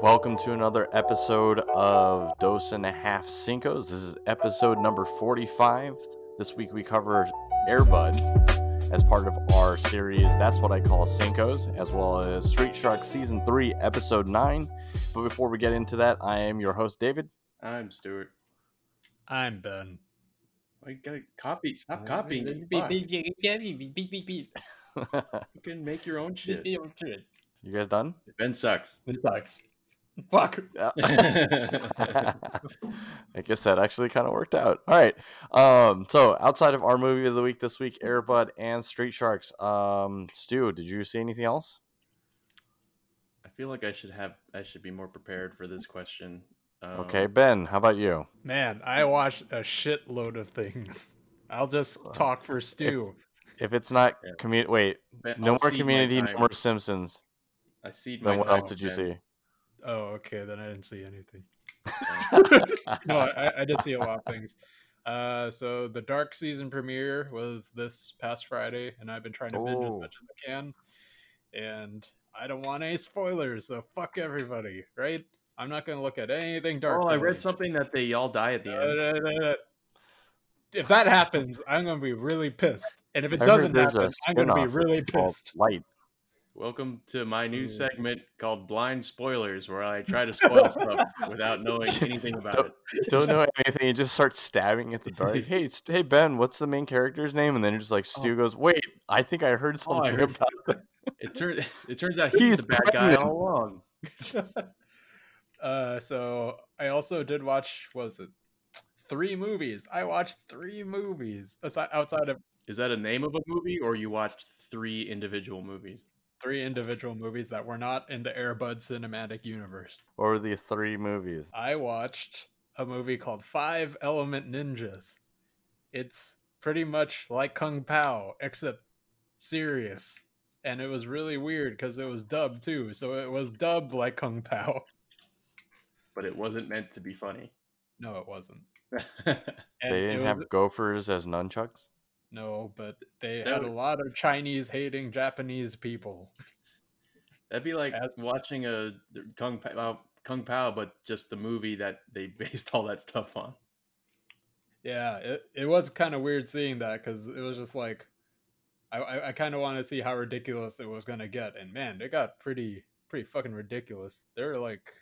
Welcome to another episode of Dos and a Half Cinco's. This is episode number 45. This week we covered Airbud as part of our series That's What I Call Cinco's, as well as Street Shark Season 3, Episode 9. But before we get into that, I am your host, David. I'm Stuart. I'm Ben. I gotta copy. Stop Uh, copying. beep, Fuck. beep, beep, beep, beep, beep, beep, beep, you You can make your own shit. beep, beep, shit. guys done? Ben sucks. It sucks. Fuck. Yeah. yeah, I guess that actually kind of worked out. All right. Um, so outside of our movie of the week this week, Airbud and Street Sharks. Um, Stu, did you see anything else? I feel like I should have. I should be more prepared for this question. Um, Okay, Ben, how about you? Man, I watched a shitload of things. I'll just talk for Stu. If it's not Yeah. community, wait, Ben, no I'll more cede my community, no time. more Simpsons. I see. Then what else did you see? Oh, okay. Then I didn't see anything. no, I, I did see a lot of things. Uh, so the Dark season premiere was this past Friday, and I've been trying to binge as Oh. much as I can. And I don't want any spoilers, so fuck everybody, right? I'm not going to look at anything Oh, dark. I related. read something that they all die at the end. Uh, uh, uh, uh, If that happens, I'm going to be really pissed. And if it I heard doesn't happen, I'm going to be spin-off really called pissed. Light. Welcome to my new Mm. segment called Blind Spoilers, where I try to spoil stuff without knowing anything about it. Don't know anything. You just start stabbing at the dark. Hey, st- hey Ben, what's the main character's name? And then you're just like Stu goes, wait, I think I heard Oh, I something heard- about It turns. It turns out he's, He's the bad pregnant. guy all along. Uh, so I also did watch, what was it three movies? I watched three movies aside, outside of Is that a name of a movie, or you watched three individual movies? three individual movies that were not in the Airbud cinematic universe. what were the three movies? I watched a movie called Five Element Ninjas. It's pretty much like Kung Pao, except serious. And it was really weird because it was dubbed too. So it was dubbed like Kung Pao. But it wasn't meant to be funny. No, it wasn't. that And they it didn't was- have gophers as nunchucks. No, but they That had was- a lot of Chinese hating Japanese people. would be like As- watching a Kung Pao, Kung Pao, but just the movie that they based all that stuff on. Yeah, it, it was kind of weird seeing that because it was just like, I, I, I kind of want to see how ridiculous it was going to get. And man, it got pretty, pretty fucking ridiculous. They were like,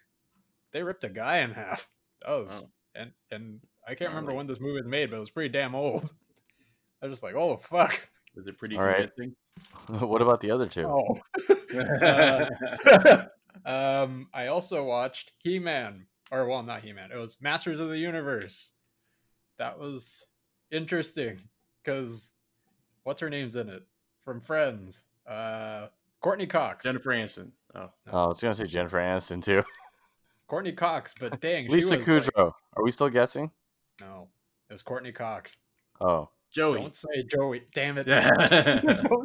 they ripped a guy in half. That was, Wow. and, and I can't Wow, remember like- when this movie was made, but it was pretty damn old. I was just like, oh, fuck. Was it pretty All right. convincing? what about the other two? Oh. Uh, um, I also watched He Man, or well, not He Man. It was Masters of the Universe. That was interesting because what's her name's in it from Friends? Uh, Courtney Cox. Jennifer Aniston. Oh, Oh, I was gonna say Jennifer Aniston too. Courtney Cox, but dang, she Lisa was uh, like- Kudrow. Are we still guessing? no, it was Courtney Cox. Oh, Joey. Don't say Joey. Damn it.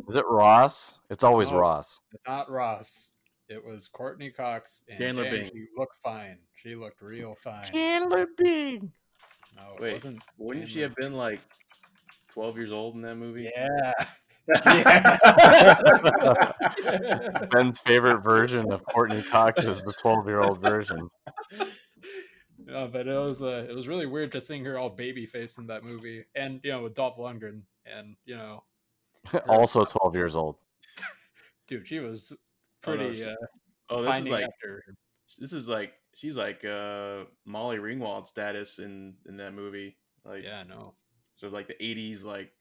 is it Ross? It's always No. Ross. It's not Ross. It was Courtney Cox. And Chandler dang, Bing. She looked fine. She looked real fine. Chandler Bing. No, it Wait, wasn't. Wouldn't she Chandler. have been like twelve years old in that movie? Yeah. Ben's favorite version of Courtney Cox is the 12 year old version. no, but it was uh, it was really weird just seeing her all baby faced in that movie, and you know with Dolph Lundgren, and you know, also 12 years old. dude, she was Oh, no, pretty. she- uh, Oh, this is finding like after. this is like she's like uh Molly Ringwald status in in that movie. Like Yeah, no, sort of like the '80s, like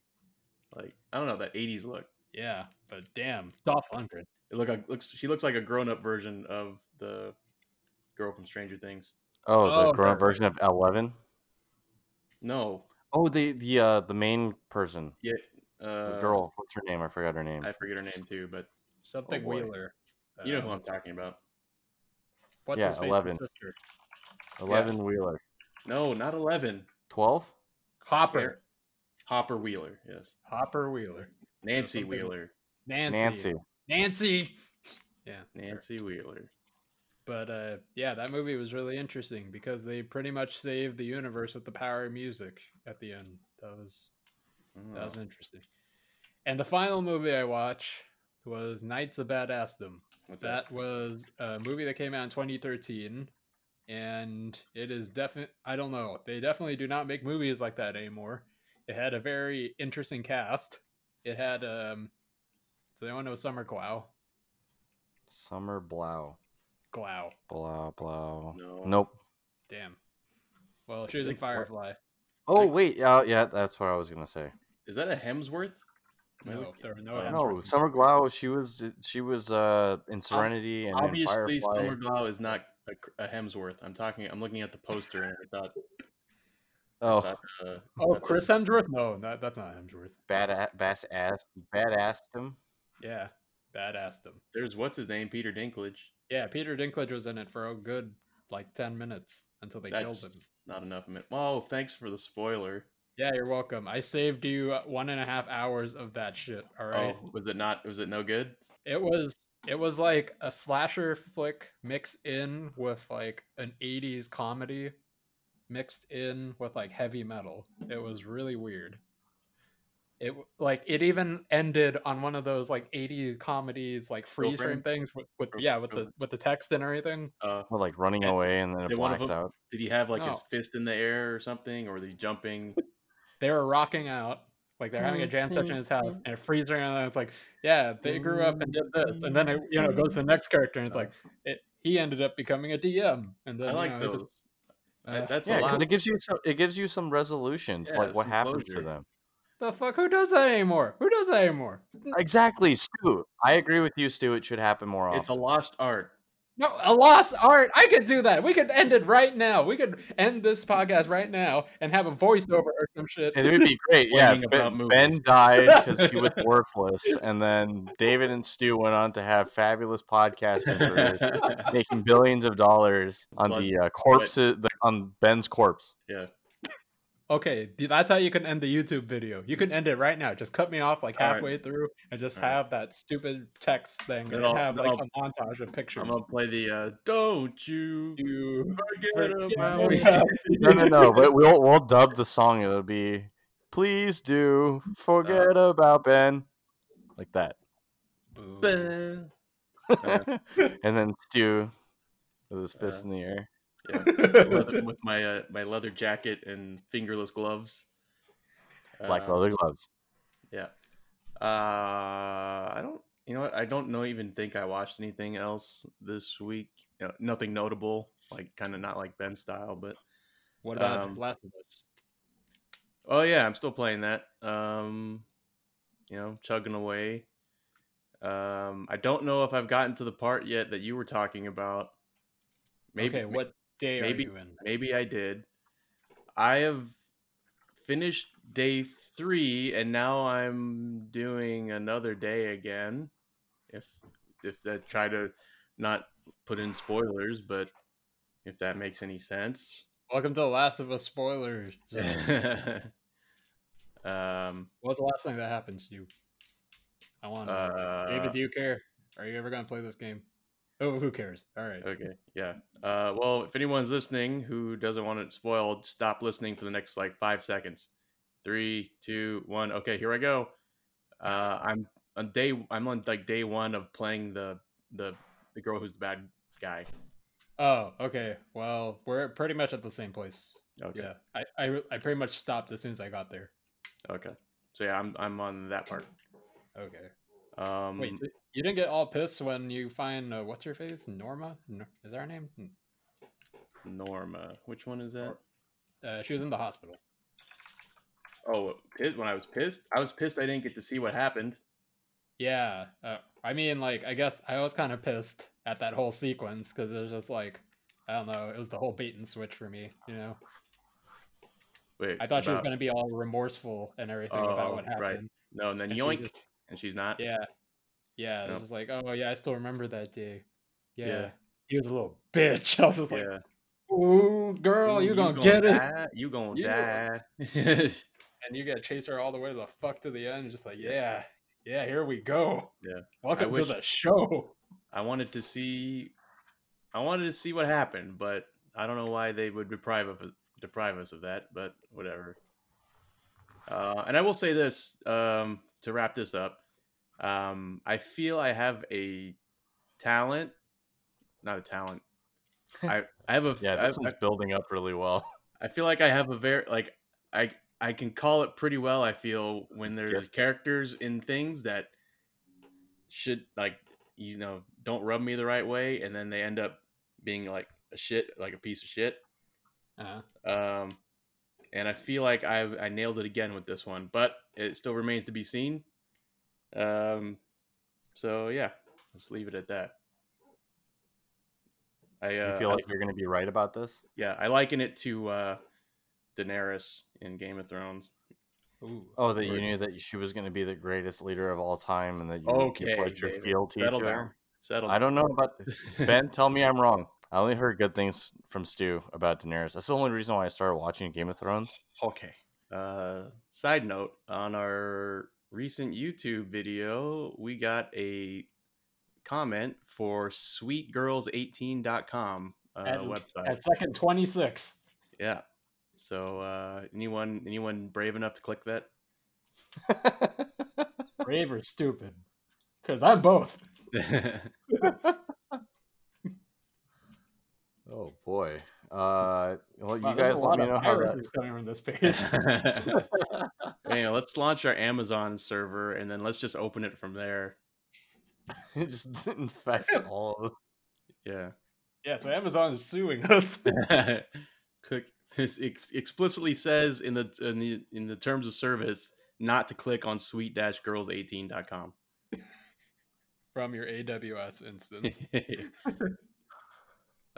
like I don't know that '80s look. yeah, but damn, Dolph Lundgren. It look like, looks she looks like a grown up version of the girl from Stranger Things. Oh, the Oh, grown up Darth version of 11. No, Oh, the the uh, the main person, yeah, the uh, girl. What's her name? I forgot her name. I forget her name too, but Oh, Something Oh, boy. Wheeler. you know who uh, I'm talking about. what's Yeah, his face? 11. Sister. 11 Wheeler. No, not Eleven. 12? Hopper. Where- Hopper Wheeler. Yes, Hopper Wheeler. Nancy something- Wheeler. Nancy. Nancy. Nancy. Yeah. sure. Nancy Wheeler. But uh, yeah, that movie was really interesting because they pretty much saved the universe with the power of music at the end. That was I don't that was know. interesting. And the final movie I watch was Knights of Badassdom. What's That was a movie that came out in 2013, and it is definitely, I don't know, they definitely do not make movies like that anymore. It had a very interesting cast. It had, um, does anyone know Summer Glau? Summer Blau. Glau. Blau, Blau. No. Nope. Damn. Well, she was in Think what? Firefly. Oh, Like- wait. Uh, yeah, that's what I was going to say. Is that a Hemsworth? Am I No, looking- there were no Oh, No, Hemsworths. Summer Glau, she was she was uh in Serenity and in Firefly. Obviously, Summer Glau is not a, cr- a Hemsworth. I'm talking. I'm looking at the poster and I thought. oh, thought, uh, Oh, that- Chris Hemsworth? No, that, that's not Hemsworth. badass, badass, badass him. Yeah, badass them. There's what's his name, Peter Dinklage. Yeah, Peter Dinklage was in it for a good like ten minutes until they That's killed him. not enough. min- Oh, thanks for the spoiler. Yeah, you're welcome. I saved you uh, one and a half hours of that shit. All right. Oh, was it not? Was it no good? It was it was like a slasher flick mixed in with like an '80s comedy, mixed in with like heavy metal. It was really weird. It w- like it even ended on one of those like 80s comedies like freeze frame Girlfriend? things with, with Girl- yeah with the girlfriend. with the text and everything. Uh, Well, like running Yeah. away and then it Did one of blacks them- out. did he have like his No. fist in the air or something, or was he jumping? they were rocking out like they're having a jam session in his house and it freezes around and it's like yeah they grew up and did this and then it you know goes to the next character and it's like it, he ended up becoming a dm and then I you like know, it's those. just, I- uh, That's Yeah, a lot. because it gives you some, it gives you some resolution to Yeah, like what some happened to closure. them. the fuck who does that anymore who does that anymore Exactly, Stu. I agree with you, Stu. It should happen more often. It's a lost art. no a lost art i could do that we could end it right now we could end this podcast right now and have a voiceover or some shit It would be great. Yeah, Complaining about ben, movies. ben died because he was worthless, and then David and Stu went on to have fabulous podcasting careers, yeah, making billions of dollars on Blood- the uh, corpses the, on Ben's corpse. okay th- that's how you can end the youtube video you can end it right now just cut me off like All right. halfway through and just All right. have that stupid text thing Then and I'll- have then like a montage of pictures I'm gonna play the uh, "Don't You you Forget About Me." Yeah. No, no, no. But we'll we'll dub the song. It'll be please do forget about Ben, like that. Ben. Uh, and then Stu with his fist in the air. leather- with my uh, my leather jacket and fingerless gloves. Black Uh, leather gloves. Yeah. Uh, I don't. You know what? I don't know. Even think I watched anything else this week. You know, nothing notable. Like kind of not like Ben style, but what about Um, Last of Us? oh yeah, I'm still playing that. Um, you know, chugging away. Um, I don't know if I've gotten to the part yet that you were talking about. Maybe okay, what day maybe- are you in? Maybe I did. I have finished day three, and now I'm doing another day again. If if that try to not put in spoilers, but if that makes any sense. Welcome to the Last of Us spoilers. um. What's the last thing that happens to you? I want to. Uh, David, do you care? Are you ever gonna play this game? Oh, who cares? All right. okay. Yeah. Uh. Well, if anyone's listening who doesn't want it spoiled, stop listening for the next like five seconds. Three, two, one. Okay. Here I go. uh, I'm on day I'm on like day one of playing the the the girl who's the bad guy. Oh, okay. Well, we're pretty much at the same place. Okay. Yeah, I, I, I pretty much stopped as soon as I got there. Okay. So yeah, I'm I'm on that part. Okay. Um, Wait, so you didn't get all pissed when you find uh, what's her face? Norma? Nor- is that her name? Hmm. Norma, which one is that? Uh, she was in the hospital. Oh, pi- when I was pissed, I was pissed. I didn't get to see what happened. Yeah, uh, I mean, like, I guess I was kind of pissed at that whole sequence because it was just like, I don't know, it was the whole bait and switch for me. You know, Wait, I thought she was about- gonna be all remorseful and everything about what Oh, right. happened. No, and then and she yoink, just- and she's not. Yeah, yeah, it Nope. was just like, oh yeah, I still remember that day. Yeah, Yeah. he was a little bitch. I was just Yeah. like, ooh, girl, Ooh, you gonna get it? die, You gonna You die? gonna- And you gotta chase her all the way to the fuck to the end. Just like, Yeah. yeah, yeah, here we go. Yeah. welcome to wish- the show. I wanted to see, I wanted to see what happened, but I don't know why they would deprive of deprive us of that. But whatever. Uh, and I will say this um, to wrap this up: Um, I feel I have a talent, not a talent. I I have a Yeah, I- this one's building up really well. I feel like I have a very like I I can call it pretty well. I feel when there's Gift. characters in things that should like you know don't rub me the right way, and then they end up being like a shit, like a piece of shit. Uh, Um, and I feel like I I nailed it again with this one, but it still remains to be seen. Um, so yeah, let's leave it at that. I uh, you feel I- like you're going to be right about this? yeah, I liken it to uh, Daenerys in Game of Thrones. ooh. Oh, that you Right. knew that she was going to be the greatest leader of all time and that you, Okay, you pledged your David, fealty Settle to down. her. Settle. I don't know about down. Ben, tell me I'm wrong. I only heard good things from Stu about Daenerys. That's the only reason why I started watching Game of Thrones. okay. Uh, side note: on our recent YouTube video, we got a comment for sweetgirls18.com uh, At- website. At second 26. yeah. So uh, anyone anyone brave enough to click that? Brave or stupid? Because I'm both. oh boy. Uh, well, Wow, you guys there's a let lot me of know how that. viruses coming from this page. Anyway, let's launch our Amazon server and then let's just open it from there. just infect all of Yeah. yeah, so Amazon is suing us. click this ex- explicitly says in the in the in the terms of service not to click on sweet-girls18.com. from your AWS instance.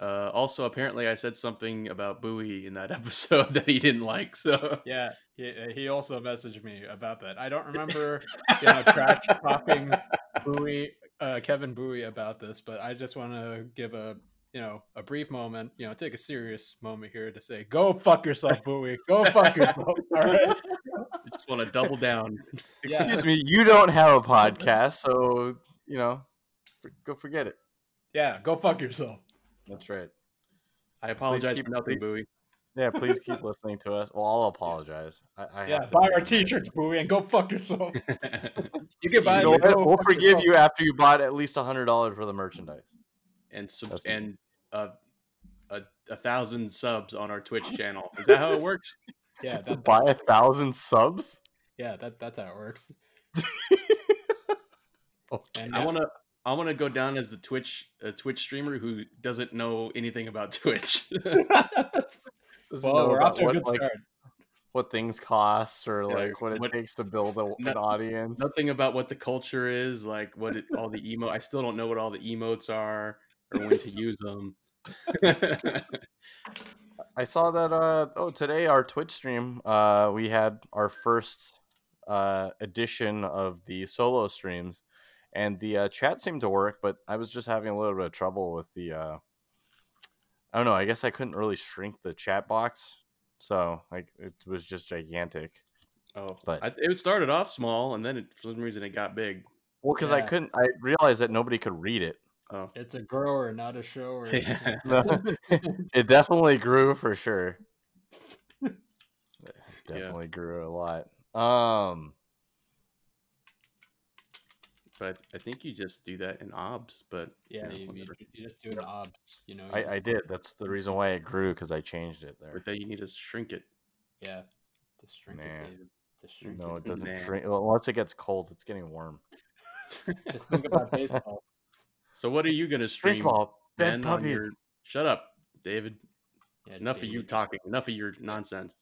uh, also, apparently, I said something about Bowie in that episode that he didn't like. So yeah, he, uh, he also messaged me about that. I don't remember, you know, trash talking Bowie, uh, Kevin Bowie about this, but I just want to give a you know a brief moment, you know, take a serious moment here to say, go fuck yourself, Bowie. Go fuck yourself. All right. I just want to double down. Yeah. Excuse me, you don't have a podcast, so you know, for, go forget it. Yeah, go fuck yourself. That's right. I apologize keep- for nothing, please- Bowie. Yeah, please keep listening to us. Well, I'll apologize. I, I Yeah, have to buy pay our my- t-shirts, Bowie, and go fuck yourself. You You can buy know the what? Go We'll Fuck forgive Yourself you after you bought at least hundred dollars worth of merchandise. and sub- That's- and uh, a a thousand subs on our Twitch channel. Is that how it works? Yeah, to that, buy a thousand subs. yeah, that, that's how it works. Okay. And I yeah, want to I want to go down as the Twitch a Twitch streamer who doesn't know anything about Twitch. Doesn't well, know we're about off to a what, good like, start. What things cost, or Yeah, like what it what- takes to build a, an Not- audience. nothing about what the culture is, like what it, all the emo. I still don't know what all the emotes are or when to use them. I saw that. Uh, oh, today our Twitch stream, uh, we had our first uh, edition of the solo streams, and the uh, chat seemed to work, but I was just having a little bit of trouble with the. Uh, I don't know. I guess I couldn't really shrink the chat box, so like it was just gigantic. oh, But- I, it started off small and then it, for some reason it got big. Well, because I Yeah. couldn't. I realized that nobody could read it. Oh, It's a grower, not a shower. it definitely grew for sure. It definitely grew a lot. Um. but I think you just do that in OBS. But Yeah, know, you, you, whatever. ju- you just do an obs, you know. you I, just- I did. That's the reason why it grew because I changed it but there. then you need to shrink it. Yeah. Just shrink Nah. it, David. Just shrink No, it. it doesn't Nah. shrink well, unless it gets cold. It's getting warm. Just think about baseball. So what are you gonna stream? Baseball, dead Ben, on puppies. your- Shut up, David. Yeah, Enough of you David. talking. Enough of your nonsense.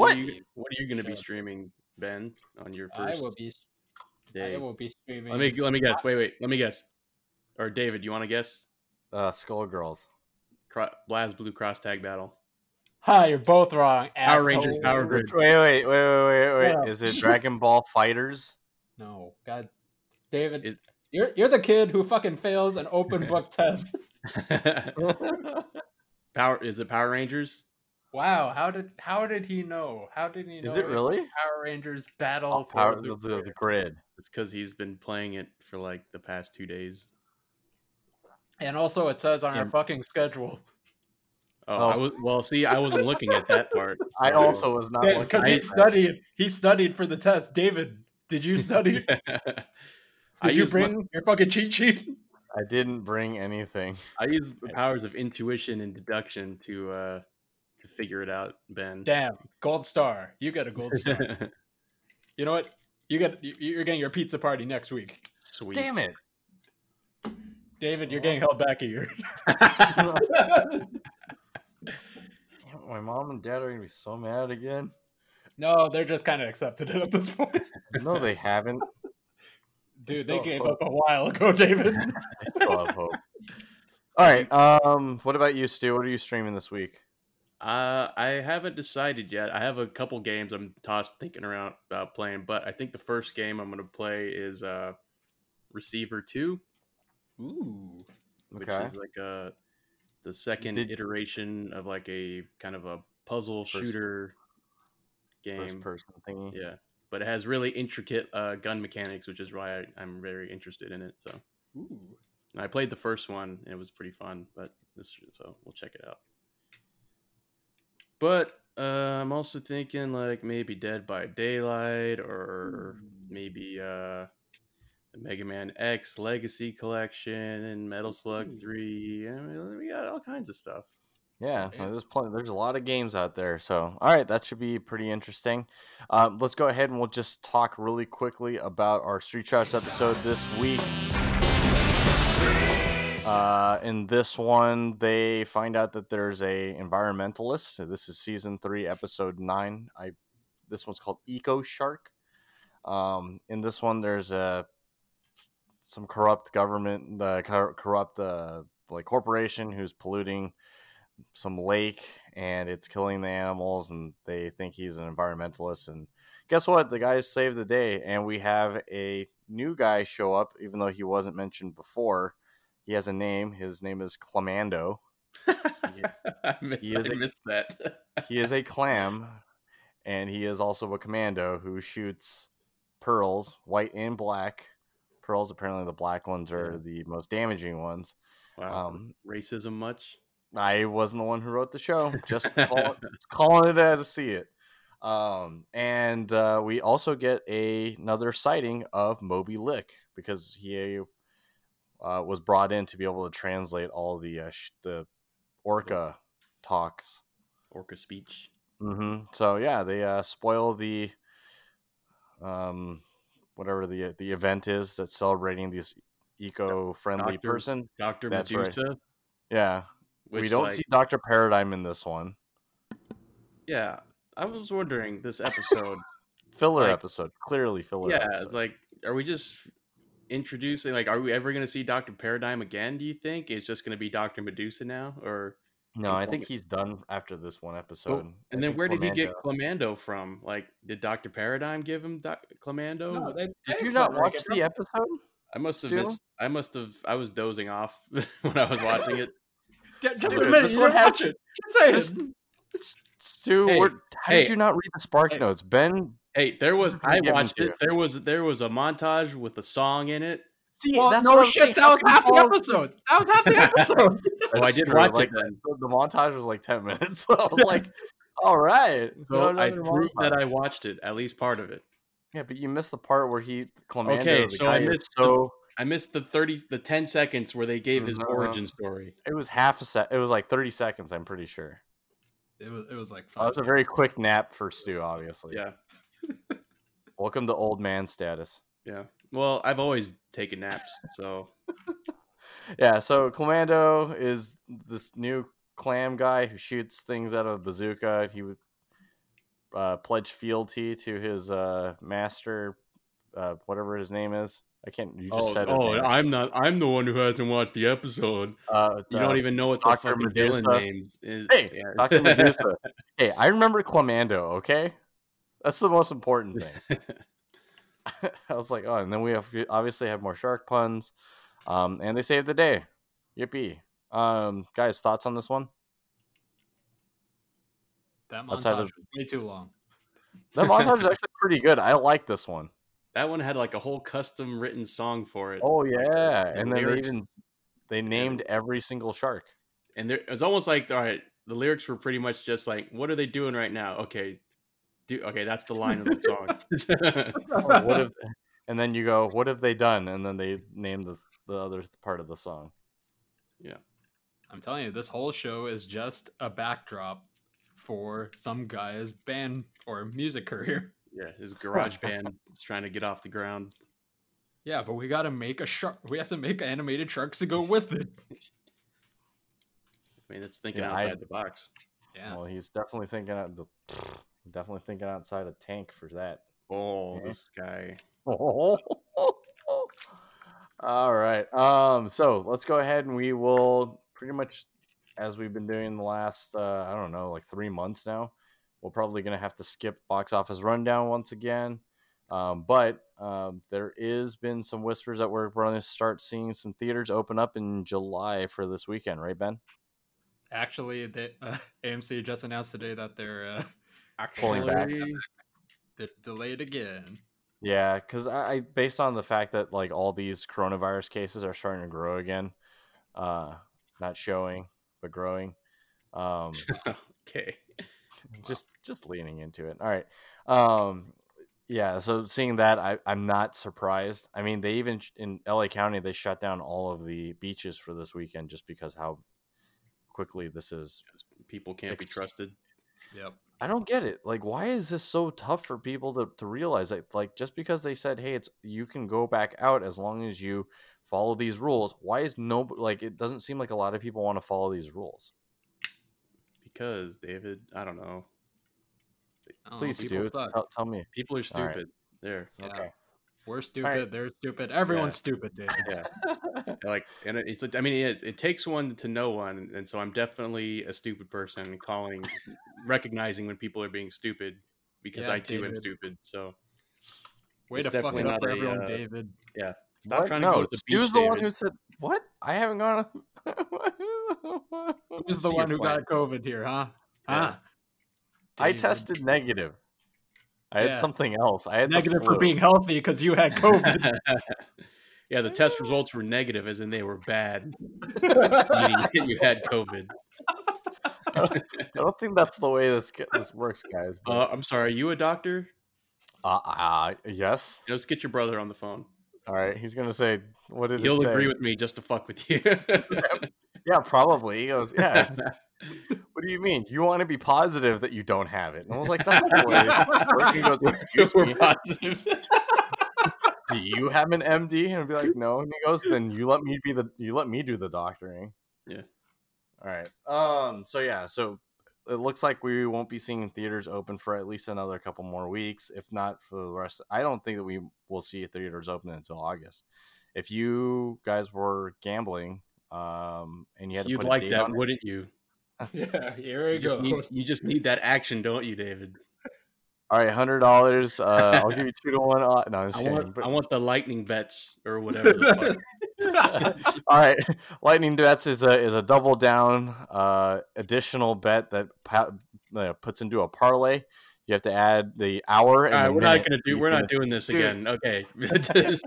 What What? are you, David. what are you going to be Shut up. streaming, Ben, on your I first will be. day? I will be streaming. let me let me guess. Wait, wait. Let me guess. Or David, you want to guess? Uh, Skullgirls. Cro- Blaz Blue Cross Tag Battle. Hi, you're both wrong. Power Rangers asshole. Power Grid. Wait, wait, wait, wait, wait, Yeah. wait. Is it Dragon Ball Fighters? No, God, David, Is- you're you're the kid who fucking fails an open book test. Power is it Power Rangers? Wow, how did how did he know? How did he know? Is it if really? Power Rangers battle Oh, for power, the the, the, Grid? grid. It's because he's been playing it for like the past two days. And also, it says on our Yeah. fucking schedule. Oh, Oh. I was, well, see, I wasn't looking at that part. I so- also was not looking Because at he that. studied, he studied for the test. David, did you study? I Did you use my- bring your fucking cheat sheet? I didn't bring anything. I use the powers of intuition and deduction to uh to figure it out, Ben. Damn, gold star. You got a gold star. you know what? You got you- you're getting your pizza party next week. Sweet. Damn it! David, you're Oh. getting held back a year. My mom and dad are gonna be so mad again. no, they're just kind of accepted it at this point. No, they haven't. Dude, still they gave hope. up a while ago, David. I still have hope. All right. Um, what about you, Stu? What are you streaming this week? Uh, I haven't decided yet. I have a couple games I'm tossed thinking around about playing, but I think the first game I'm going to play is uh, Receiver Two, Ooh. which Okay. is like uh the second Did- iteration of like a kind of a puzzle First- shooter First game. person thingy. Yeah, but it has really intricate uh, gun mechanics, which is why I, I'm very interested in it. So Ooh. and I played the first one and it was pretty fun, but this so we'll check it out. But uh, I'm also thinking like maybe Dead by Daylight or Hmm. maybe uh, the Mega Man X Legacy Collection and Metal Slug Hmm. Ooh. Three. I mean, we got all kinds of stuff. Yeah, Yeah. there's plenty. There's a lot of games out there, so all right, that should be pretty interesting. Um, let's go ahead and we'll just talk really quickly about our Street Shots episode this week. Uh, in this one, they find out that there's a environmentalist. This is season three, episode nine. I this one's called Eco Shark. Um, in this one, there's a some corrupt government, the cor- corrupt uh, like corporation who's polluting some lake and it's killing the animals and they think he's an environmentalist and guess what the guy saved the day and we have a new guy show up even though he wasn't mentioned before he has a name his name is clamando I, miss, He is I a- missed that. he is a clam and he is also a commando who shoots pearls white and black pearls apparently the black ones are Yeah. the most damaging ones wow, um, racism much? I wasn't the one who wrote the show. Just call it, calling it as I see it. Um, and uh, we also get a, another sighting of Moby Lick because he uh, was brought in to be able to translate all the uh, sh- the orca talks. Orca speech. hmm So yeah, they uh, spoil the um, whatever the the event is that's celebrating this eco friendly Doctor- person. Doctor That's right. Medusa. Yeah, we which, don't like- see Doctor Paradigm in this one. Yeah, I was wondering this episode. filler Like- episode clearly filler yeah, episode. it's like, are we just introducing? Like, are we ever going to see Doctor Paradigm again? Do you think it's just going to be Doctor Medusa now, or no i inform- think he's done after this one episode I and then think where did he get Flamando- Clamando from? Like, did Doctor Paradigm give him Doc- Clamando? No, they- did they you not explain where it watch came the from. episode I must have Stu? missed. I must have. I was dozing off when I was watching it. Ju- Just Dude, admit it, this you one didn't has- watch it. Just say it. This- S- stu Hey, we're- how hey, did you not read the spark hey. notes ben Hey, there was. I Give him watched to it. you. There was. There was a montage with a song in it. see Well, no shit. That was half the episode. That was half the episode. Oh, I did watch like, it then. the, the montage was like 10 minutes so i was like all right So no, I another proved that montage. I watched it, at least part of it. yeah but you missed the part where he Clamando, Okay, the so I guy is missed the- so I missed the thirty, the ten seconds where they gave his Uh-huh. origin story. it was half a sec it was like 30 seconds i'm pretty sure It was, it was like that was a very quick nap for stu obviously Uh, Yeah, welcome to old man status yeah. Well, I've always taken naps, so Yeah, so Clamando is this new clam guy who shoots things out of a bazooka. He would uh, pledge fealty to his uh, master, uh, whatever his name is. I can't. You just oh, said his oh name. I'm not. I'm the one who hasn't watched the episode. Uh, You the- don't even know what the Dr. fucking Medusa. villain names is. Hey, Yeah. Dr. Medusa. hey, I remember Clamando. Okay, that's the most important thing. I was like, oh, and then we have obviously have more shark puns, um, and they saved the day. Yippee! Um, guys, thoughts on this one? that outside montage of- was way too long. That montage is actually pretty good. I like this one. that one had like a whole custom written song for it. Oh like, yeah, the and then they lyrics. even they named every single shark. and there, it was almost like all right. The lyrics were pretty much just like, "What are they doing right now?" Okay, do okay. That's the line of the song. What if and then you go, "What have they done?" And then they name the the other part of the song. I'm telling you, this whole show is just a backdrop for some guy's band or music career. Yeah, his garage band is trying to get off the ground. Yeah, but we gotta make a shark. We have to make animated sharks to go with it. I mean, it's thinking Yeah, I- outside the box. Yeah, Oh. Well, he's definitely thinking out the definitely thinking outside a tank for that. Oh, Yeah. this guy. All right. Um, so let's go ahead and we will pretty much, as we've been doing the last, uh, I don't know, like three months now, we're probably going to have to skip box office rundown once again. Um, but um, there is been some whispers that we're going to start seeing some theaters open up in July for this weekend, right, Ben? actually, they, uh, AMC just announced today that they're uh, Pulling back. Actually, they're delayed again. Yeah, because I, I based on the fact that like all these coronavirus cases are starting to grow again, uh, not showing but growing. Um, okay. just just leaning into it. All right. Um, yeah. So seeing that, I I'm not surprised. I mean, they even sh- in LA County they shut down all of the beaches for this weekend just because how quickly this is People can't be Ex- trusted. Yep. I don't get it. Like, why is this so tough for people to, to realize that? Like, just because they said, "Hey, it's you can go back out as long as you follow these rules," why is no like? It doesn't seem like a lot of people want to follow these rules. Because, David, I don't know. I don't know, Please, people Stu, suck. tell, tell me. People are All right. stupid. There. Yeah. Okay. We're stupid. right. They're stupid. Everyone's Yeah. stupid, David. Yeah. like, and it- it's, like- I mean, it is. It takes one to know one. And so I'm definitely a stupid person and calling, recognizing when people are being stupid because Yeah, I too am David. stupid. So Way It's to fuck it definitely up not for a, everyone, uh, David. stop What? trying to no, go with the beat, Stu's the one David. who said, "What? I haven't gone." on-" Who's the see one your who got COVID here, huh? Yeah. Huh? I David. tested negative. I Yeah. had something else. I had the negative for flu. being healthy because you had COVID. yeah, the test results were negative, as in they were bad. meaning you had COVID. I don't think that's the way this ge- this works, guys. But, Uh, I'm sorry, are you a doctor? Uh, uh, yes. Let's get your brother on the phone. All right. He's gonna say, "What did He'll it say? agree with me just to fuck with you. Yeah, probably. He goes, "Yeah." what do you mean? You want to be positive that you don't have it? And I was like, "That's not the way." it works." He goes, "Excuse We're me, positive. do you have an MD?" And I'd be like, "No." And he goes, "Then you let me be the you let me do the doctoring." Yeah. All right. Um. So yeah. So it looks like we won't be seeing theaters open for at least another couple more weeks, if not for the rest. I don't think that we will see theaters open until August. If you guys were gambling, um, and you had to You'd put a like date that, on it- wouldn't you? yeah, here You we just, go. need, you just need that action, don't you, David? all right, hundred dollars. Uh, I'll give you two to one. Uh, no, I'm just I kidding. want, but- I want the lightning bets or whatever. the fuck. All right, lightning bets is a is a double down uh, additional bet that pa- uh, puts into a parlay. You have to add the hour. All And right, the we're not minute gonna do. you We're can- not doing this Dude. again. Okay.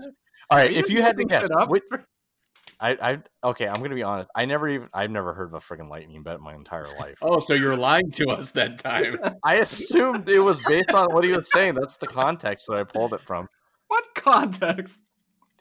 All Are right, you if just you had to making guess, shit up? which, I, I okay, I'm gonna be honest. I never even I've never heard of a freaking lightning bet in my entire life. oh, so you're lying to us that time. I assumed it was based on what he was saying. That's the context that I pulled it from. What context?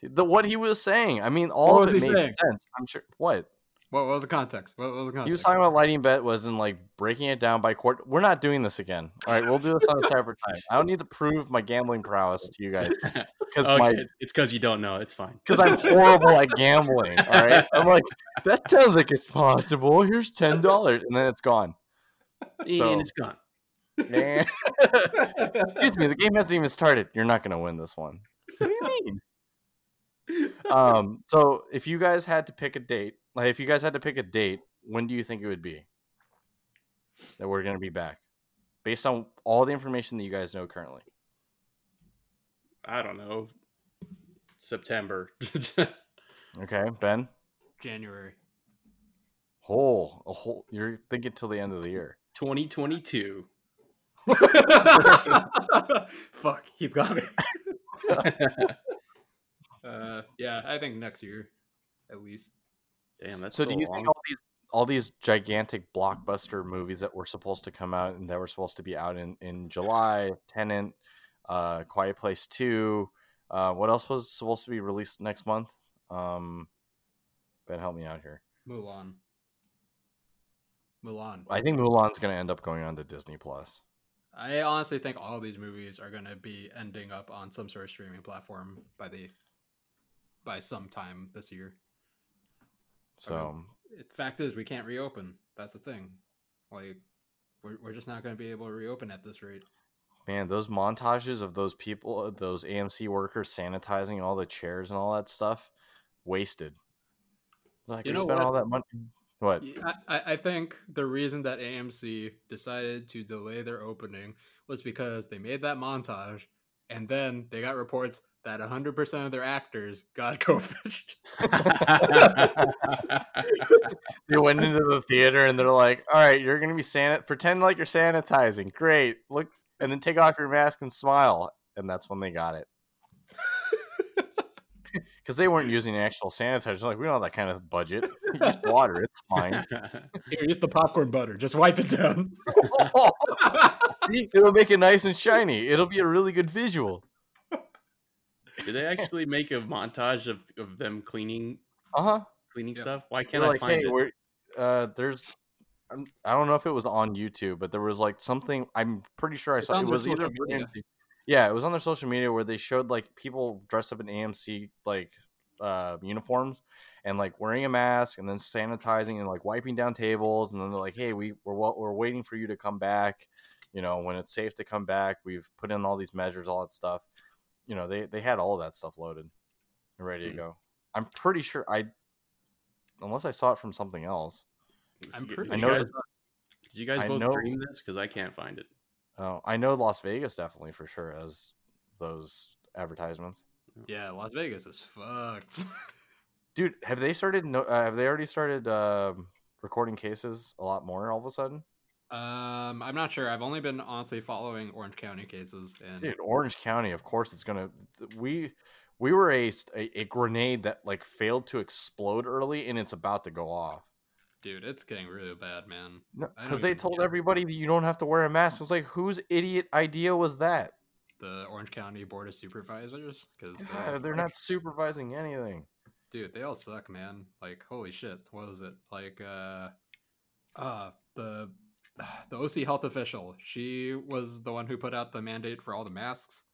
The what he was saying. I mean, all was of it he made saying? sense. I'm sure. What What was the context? What was the context? he was talking about lightning bet was in like breaking it down by court. We're not doing this again. All right, we'll do this on a separate time. I don't need to prove my gambling prowess to you guys because Okay, my it's- it's because you don't know. It's fine. because I'm horrible at gambling. All right, I'm like that sounds like it's possible. Here's ten dollars, and then it's gone. so- And it's gone. Man. Excuse me, the game hasn't even started. You're not going to win this one. What do you mean? um, so if you guys had to pick a date, like if you guys had to pick a date, when do you think it would be that we're going to be back? Based on all the information that you guys know currently. I don't know. September. Okay, Ben. January. Whole, a whole. You're thinking till the end of the year. 2022. Fuck, he's got me. uh, yeah, I think next year, at least. Damn, that's so, so, do you long. think all these all these gigantic blockbuster movies that were supposed to come out and that were supposed to be out in in July, Tenant, uh, Quiet Place Two, Uh, what else was supposed to be released next month? Um, ben, help me out here. Mulan. Mulan. I think Mulan's going to end up going on to Disney Plus. I honestly think all these movies are going to be ending up on some sort of streaming platform by the by sometime this year. So The fact is, we can't reopen. That's the thing. Like, we're, we're just not going to be able to reopen at this rate. Man, those montages of those people, those AMC workers sanitizing all the chairs and all that stuff, wasted. Like You we know spent what? all that money. What? I, I I think the reason that AMC decided to delay their opening was because they made that montage, and then they got reports that 100% of their actors got COVID. They went into the theater and they're like, "All right, you're gonna be sanit. Pretend like you're sanitizing. Great. Look, and then take off your mask and smile." And that's when they got it because they weren't using actual sanitizer. Like we don't have that kind of budget. Use water. It's fine. Here, use the popcorn butter. Just wipe it down. See, it'll make it nice and shiny. It'll be a really good visual. Did they actually make a montage of, of them cleaning Uh huh. cleaning Yeah. stuff? Why They're can't I like, find hey, it? we're uh, there's, I'm, I don't know if it was on YouTube, but there was like something. I'm pretty sure I It's saw on it their was either social for media. AMC. Yeah, it was on their social media where they showed like people dressed up in AMC like uh, uniforms and like wearing a mask and then sanitizing and like wiping down tables and then they're like, hey, we we're wa- we're waiting for you to come back. You know, when it's safe to come back, we've put in all these measures, all that stuff. You know, they they had all that stuff loaded and ready to Hmm. go. I'm pretty sure I, unless I saw it from something else. I'm Did pretty I you know guys- that- Did you guys I both know- dream this? Because I can't find it. Oh, I know Las Vegas definitely for sure has those advertisements. Yeah, Las Vegas is fucked. Dude, have they started? No, uh, have they already started um, recording cases a lot more all of a sudden? um, I'm not sure. I've only been honestly following Orange County cases, and Dude, Orange County, of course, it's gonna. th- We we were a, s- a a grenade that like failed to explode early, and it's about to go off. dude, it's getting really bad, man. I know Because they you- told yeah. everybody that you don't have to wear a mask. It was like, whose idiot idea was that? The Orange County Board of Supervisors, because God, they're not supervising anything. dude they all suck man like holy shit what was it like uh uh the the oc health official she was the one who put out the mandate for all the masks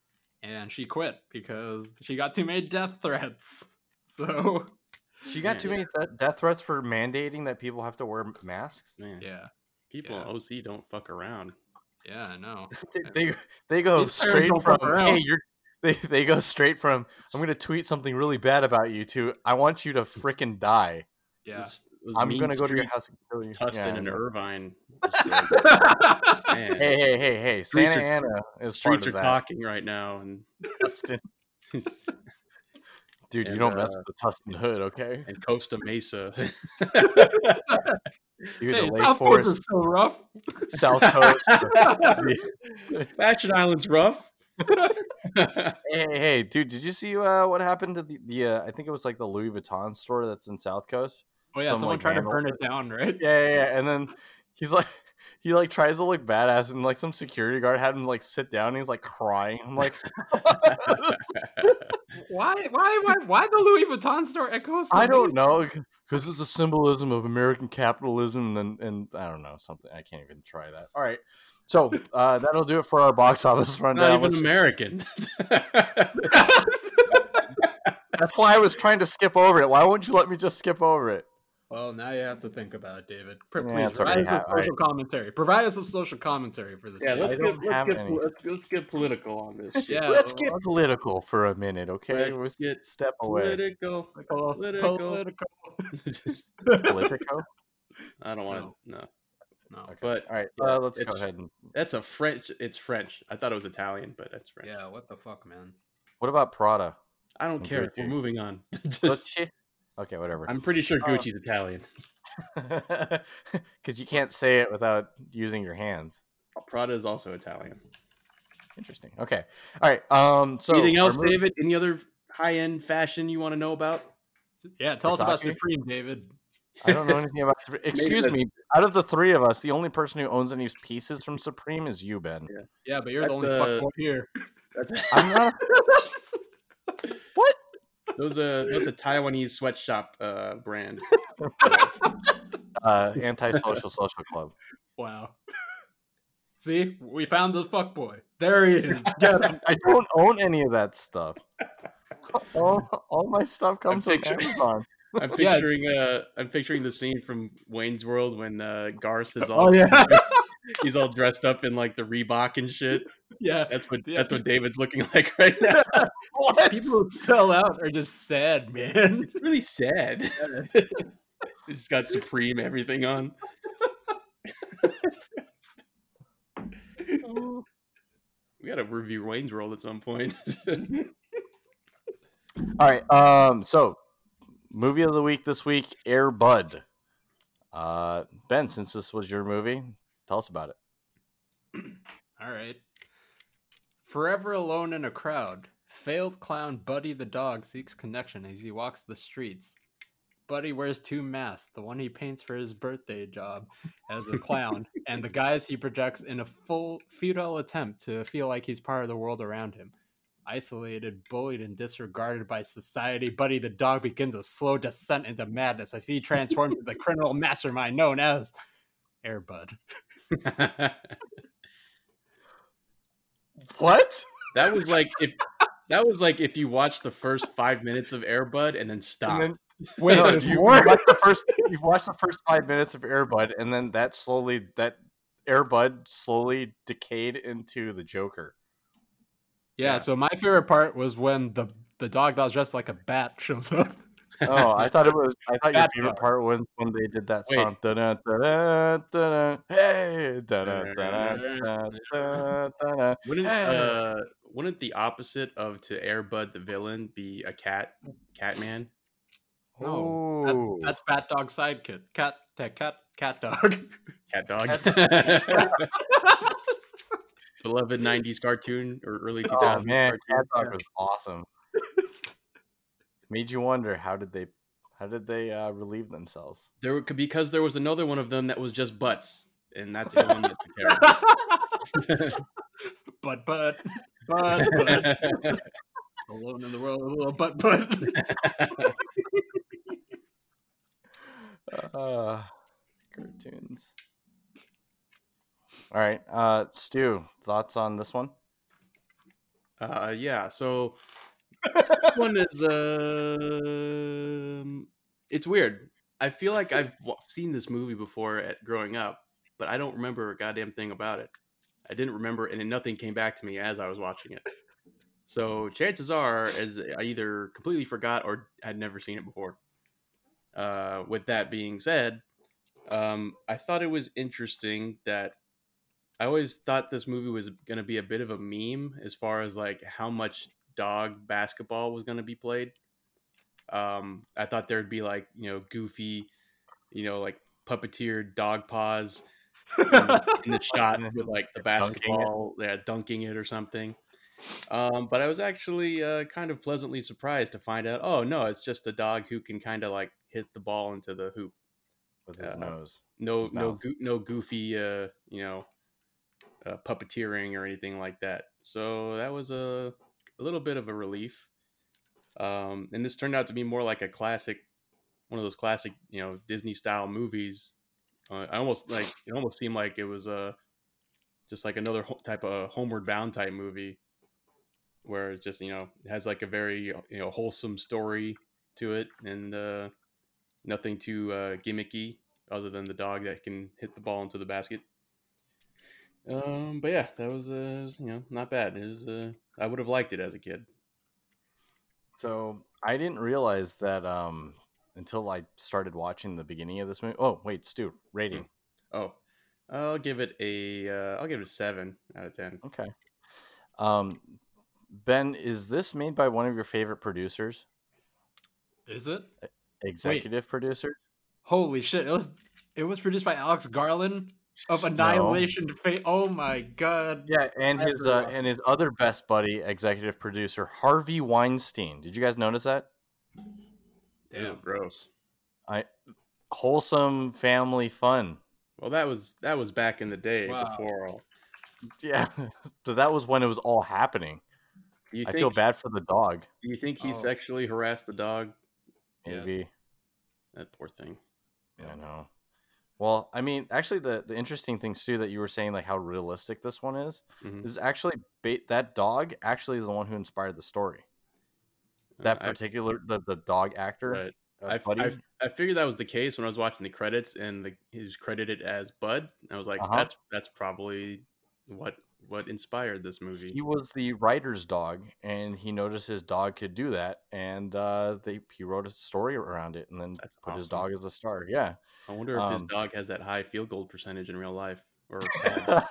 and she quit because she got too many death threats so She got Yeah. too many th- death threats for mandating that people have to wear masks. Man, yeah people yeah. in OC don't fuck around. yeah i know they they go These parents straight don't from fuck around. hey you're they, they go straight from I'm gonna tweet something really bad about you to I want you to freaking die. yeah This- those I'm mean gonna go to your streets, house and kill you. Tustin I and know. Irvine. Just like, man, Hey hey hey hey! Streets Santa are- Ana is part streets are of that. talking right now, and Tustin. Dude, you And, uh, don't mess with the Tustin hood, okay? and Costa Mesa. Dude, the Hey, Lake South Coast Forest, is so rough. Oh, South Coast. Fashion Island's rough. hey, hey, hey, dude, did you see uh, what happened to the, the uh, I think it was like the Louis Vuitton store that's in South Coast? Oh yeah, Some, someone like, tried to vandal burn it down, right? yeah, yeah, yeah. And then he's like, he like tries to look badass, and like some security guard had him like sit down, and he's like crying. I'm like, Why? Why? Why? Why the Louis Vuitton store echoes? I don't know, because it's a symbolism of American capitalism, and and I don't know something. I can't even try that. All right, so uh, that'll do it for our box office Not rundown. even Let's- American. That's why I was trying to skip over it. Why won't you let me just skip over it? Well, now you have to think about it, David. Pr- Yeah, Please it's provide already us with ha- I- social commentary. Provide us with social commentary for this. yeah, game. let's I don't get let's have get, any. poli- let's, let's get political on this. shit. Yeah, Let's get well, political for a minute, okay? Let's Let's get step away. Political. political, Political. political. Politico. I don't want to. No, No, Okay. But, all right, yeah, uh, let's go it's- ahead and that's a French. It's French. I thought it was Italian, but that's French. yeah, what the fuck, man? What about Prada? I don't care. We're Gucci. moving on. Gucci? Okay, whatever. I'm pretty sure Uh, Gucci's Italian. Because you can't say it without using your hands. Prada is also Italian. Interesting. Okay. All right. Um. So Anything else, we're moving- David? Any other high end fashion you want to know about? Yeah, tell us about Versace? Supreme, David. I don't know anything about. Supre- It's made Excuse in a- me. Out of the three of us, the only person who owns any pieces from Supreme is you, Ben. Yeah, but you're That's the only the- fuckboy here. That's I'm not. What? Those a that's a Taiwanese sweatshop uh, brand. Uh, antisocial social club. Wow. See, we found the fuck boy. There he is. Get him. I don't own any of that stuff. All, all my stuff comes from picturing- Amazon. I'm Yeah. picturing uh I'm picturing the scene from Wayne's World when uh Garth is all Oh yeah, he's all dressed up in like the Reebok and shit. yeah. That's what Yeah. that's what David's looking like right now. What? People who sell out are just sad, man. It's really sad. He's got Supreme everything on. We gotta review Wayne's World at some point. All right. Um. So, movie of the week this week, Air Bud. Uh, Ben, since this was your movie, tell us about it. All right. Forever alone in a crowd, failed clown Buddy the dog seeks connection as he walks the streets. Buddy wears two masks, the one he paints for his birthday job as a clown, and the guise he projects in a full futile attempt to feel like he's part of the world around him. Isolated, bullied, and disregarded by society, Buddy the dog begins a slow descent into madness as he transforms into the criminal mastermind known as Airbud. that What? was like if that was like if you watch the first five minutes of Airbud and then And stop. then, Wait, no, there's you, you more? watch the first. You watch the first five minutes of Airbud, and then that slowly that Airbud slowly decayed into the Joker. Yeah, Yeah. so my favorite part was when the the dog that was dressed like a bat shows up. Oh, I thought it was. I thought your That favorite part. part was when they did that Wait. song. Dun-dun, dun-dun, dun-dun, hey, dun-dun, dun-dun, dun-dun, dun-dun. Wouldn't Hey. uh wouldn't the opposite of to Airbud the villain be a cat Catman? Oh. That's, Ooh. that's Bat Dog Sidekick. Cat cat cat cat dog. Cat dog. Beloved nineties cartoon or early two Oh thousands man, Cat Dog yeah. was awesome. Made you wonder how did they, how did they uh, relieve themselves? There were, because there was another one of them that was just butts. And that's the one that's but but but but the character. alone in the world with a little butt but Uh, cartoons. All right, uh, Stu, thoughts on this one? uh yeah, so this one is um it's weird. I feel like I've wa- seen this movie before at growing up, but I don't remember a goddamn thing about it. I didn't remember, and then nothing came back to me as I was watching it. So chances are, as I either completely forgot or had never seen it before. Uh, with that being said, um, I thought it was interesting that I always thought this movie was going to be a bit of a meme as far as like how much dog basketball was going to be played. Um, I thought there'd be like you know goofy, you know like puppeteer dog paws in the shot with like the Dunking it. basketball, yeah, dunking it or something. Um, but I was actually uh, kind of pleasantly surprised to find out. Oh no, it's just a dog who can kind of like hit the ball into the hoop. With his Uh, nose. No, His no, mouth. goo no goofy, uh, you know, uh, puppeteering or anything like that. So that was a, a little bit of a relief. Um, and this turned out to be more like a classic, one of those classic, you know, Disney style movies. Uh, I almost like it almost seemed like it was uh, just like another ho- type of Homeward Bound type movie, where it's just you know it has like a very uh, you know wholesome story to it and uh, nothing too uh, gimmicky other than the dog that can hit the ball into the basket. Um, but yeah, that was, uh, it was, you know not bad. It was uh, I would have liked it as a kid. So I didn't realize that um, until I started watching the beginning of this movie. Oh wait, Stu, rating. Oh, I'll give it a uh, I'll give it a seven out of ten. Okay. Um, ben, is this made by one of your favorite producers, Is it? executive producer? Holy shit! It was it was produced by Alex Garland of Annihilation Fate. Oh my god! Yeah, and I his heard uh, about and his other best buddy, executive producer Harvey Weinstein. Did you guys notice that Ew, gross. wholesome family fun? Well, that was that was back in the day Wow. before all. Yeah, so that was when it was all happening. Do you I think, feel bad for the dog. Do you think he Oh. sexually harassed the dog? Yes. Maybe That poor thing. I know. Well, I mean, actually, the the interesting things too that you were saying, like how realistic this one is, Mhm. is actually ba- that dog actually is the one who inspired the story. That Uh, I- particular the, the dog actor, right. uh, I, f- Buddy. I f- I figured that was the case when I was watching the credits and the, he was credited as Bud. I was like, Uh-huh. that's that's probably what what inspired this movie. he was the writer's dog, and he noticed his dog could do that, and uh, they he wrote a story around it, and then That's put his awesome. dog as the star. Yeah, I wonder if his um, dog has that high field goal percentage in real life. Or Uh,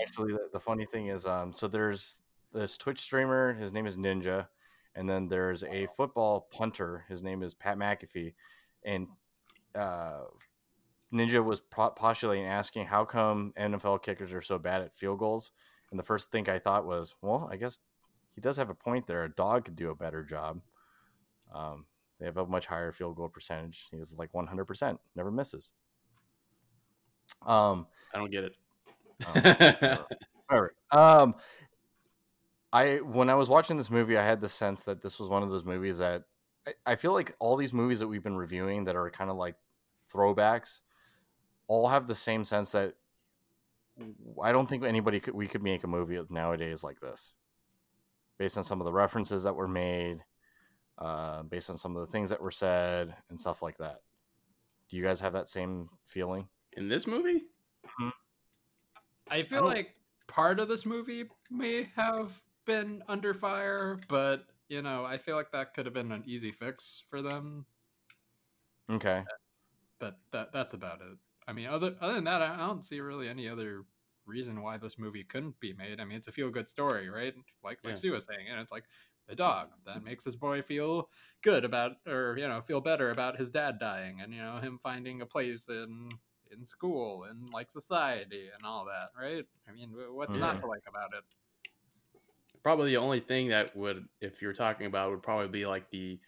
actually the, the funny thing is um so there's this twitch streamer his name is ninja and then there's a football punter his name is pat mcafee and uh ninja was po- postulating asking how come nfl kickers are so bad at field goals and the first thing i thought was well i guess he does have a point there a dog could do a better job um they have a much higher field goal percentage. He's like 100%, never misses. Um, I don't get it. Um, Whatever. Um, I when I was watching this movie, I had the sense that this was one of those movies that I, I feel like all these movies that we've been reviewing that are kind of like throwbacks all have the same sense that I don't think anybody could we could make a movie nowadays like this, based on some of the references that were made, uh, based on some of the things that were said and stuff like that. Do you guys have that same feeling? in this movie? I feel don't- like part of this movie may have been under fire, but you know, I feel like that could have been an easy fix for them. Okay. But that that's about it. I mean, other other than that, I I don't see really any other reason why this movie couldn't be made. I mean, it's a feel good story, right? Like like Yeah. Sue was saying, and it's like the dog that makes this boy feel good about, or you know, feel better about his dad dying, and you know, him finding a place in in school and like society and all that, right? I mean, wh- what's not Yeah. to like about it? Probably the only thing that would, if you're talking about, would probably be like the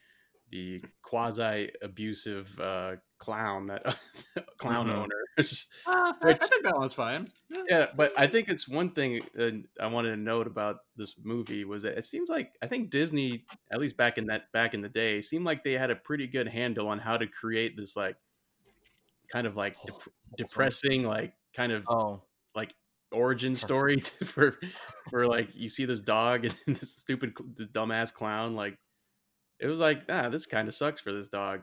the quasi abusive uh, clown that clown Mhm. owners. Uh, I- I Which- think that one's fine. Yeah. yeah, but I think it's one thing uh, I wanted to note about this movie was that it seems like I think Disney, at least back in that back in the day, seemed like they had a pretty good handle on how to create this like kind of like dep- depressing, like kind of Oh. origin Sure. story to, for for like you see this dog and this stupid cl- this dumbass clown like it was like ah this kind of sucks for this dog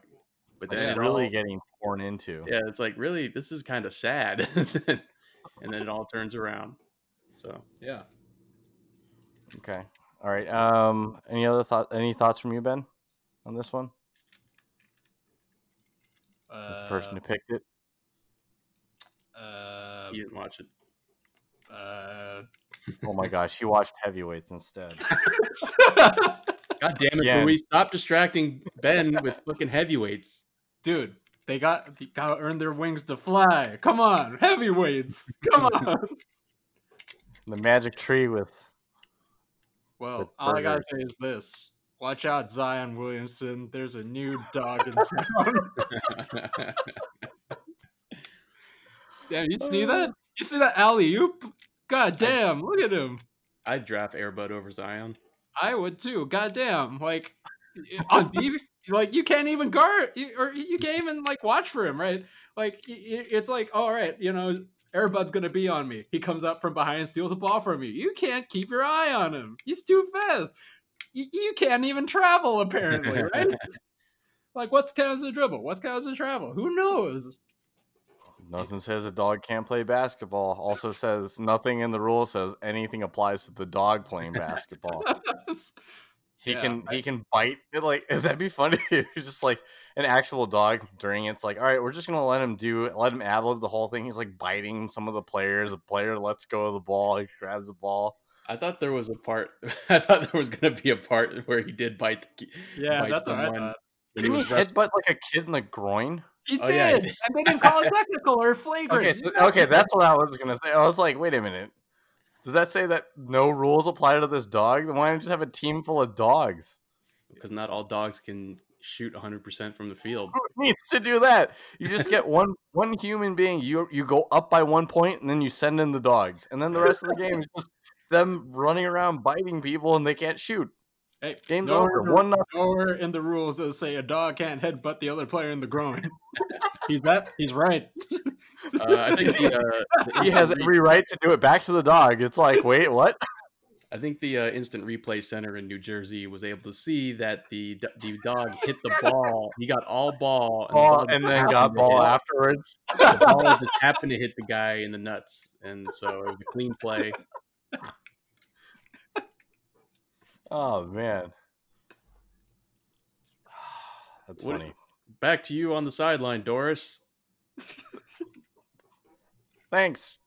but Like then it really all- getting torn into. yeah it's like really this is kind of sad and then it all turns around so Yeah. Okay. All right. Um, any other thought? Any thoughts from you, Ben, on this one? As the person who picked it. Uh, you didn't watch it uh, Oh my gosh, he watched heavyweights instead. uh, god damn it Again. Louis, stop distracting ben with fucking heavyweights dude, they got they got to earn their wings to fly. Come on, heavyweights. Come on. The magic tree with With well, all I gotta burgers. say is this: Watch out, Zion Williamson. There's a new dog in town. damn, you see that? You see that alley oop? God damn! Look at him. i'd draft airbud over zion I would too. Goddamn, like on TV, like you can't even guard you- or you can't even like watch for him, right? Like i- i- it's like, all right, you know, Airbud's gonna be on me. He comes up from behind and steals the ball from you. You can't keep your eye on him. He's too fast. You, you can't even travel apparently, right? like what's count as a dribble? What's count as a travel? Who knows? nothing says a dog can't play basketball. Also says nothing in the rule says anything applies to the dog playing basketball. He Yeah, can he can bite it like that'd be funny. if He's just like an actual dog during it's like, all right, we're just gonna let him do let him ad lib the whole thing. He's like biting some of the players. The player lets go of the ball, he grabs the ball. I thought there was a part. I thought there was gonna be a part where he did bite the. ki- yeah, bite that's what I someone thought. when Didn't he was wrestling. headbutt like a kid in the groin? He did, Oh, yeah, he and they didn't call it technical or flagrant. Okay, so, okay, that's what I was gonna say. I was like, wait a minute. Does that say that no rules apply to this dog? Then why don't you just have a team full of dogs? because not all dogs can shoot 100% from the field. Who needs to do that? You just get one one human being. You you go up by one point, and then you send in the dogs, and then the rest of the game is just them running around biting people and they can't shoot. Hey, Game's nowhere, over. One nothing. nowhere in the rules that say a dog can't headbutt the other player in the groin. he's that. He's right. Uh, I think the, uh, the He has instant re- every right to do it back to the dog. It's like, wait, what? I think the uh, instant replay center in New Jersey was able to see that the d- the dog hit the ball. He got all ball, Ball the and just then happened got to ball hit- afterwards. The ball just happened to hit the guy in the nuts, and so it was a clean play. Oh man. That's What- funny. Back to you on the sideline, Doris. Thanks,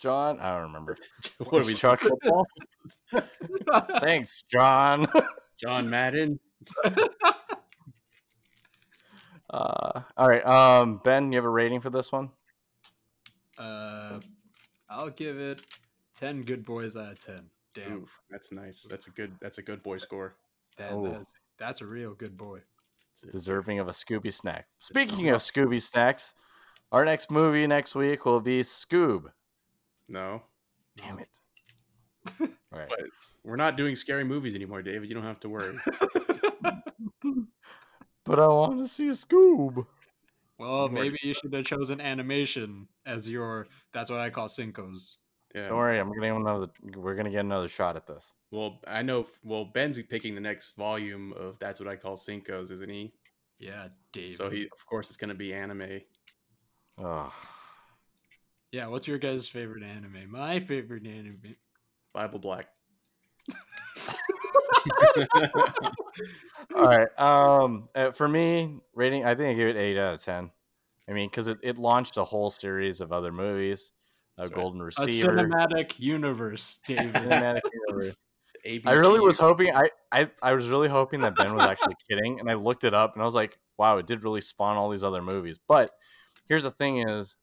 John. I don't remember. What are we, Chuck? football? Thanks, John. John Madden. Uh, all right. Um, ben, you have a rating for this one? Uh, I'll give it ten good boys out of ten. Damn, Ooh, that's nice. That's a good. That's a good boy score. that, Oh. that's, that's a real good boy. Deserving of a Scooby snack. Speaking of Scooby snacks, our next movie next week will be Scoob. No, Damn it. All right. but we're not doing scary movies anymore, David. You don't have to worry. But I want to see Scoob. Well, Lord. maybe you should have chosen animation as your. That's what I call Cinco's. Yeah. Don't worry, I'm gonna get another. We're gonna get another shot at this. Well, I know. Well, Ben's picking the next volume of That's What I Call Cinco's, isn't he? Yeah, Dave. So he, of course, it's going to be anime. Oh, Yeah, what's your guys' favorite anime? My favorite anime. Bible Black. all right. Um, uh, for me, rating. I think I give it eight out of ten. I mean, because it, it launched a whole series of other movies, a Sorry. Golden A Receiver. cinematic universe, David. cinematic universe. ABC. I really was hoping. I, I I was really hoping that Ben was actually kidding, and I looked it up, and I was like, "Wow, it did really spawn all these other movies." But here's the thing: is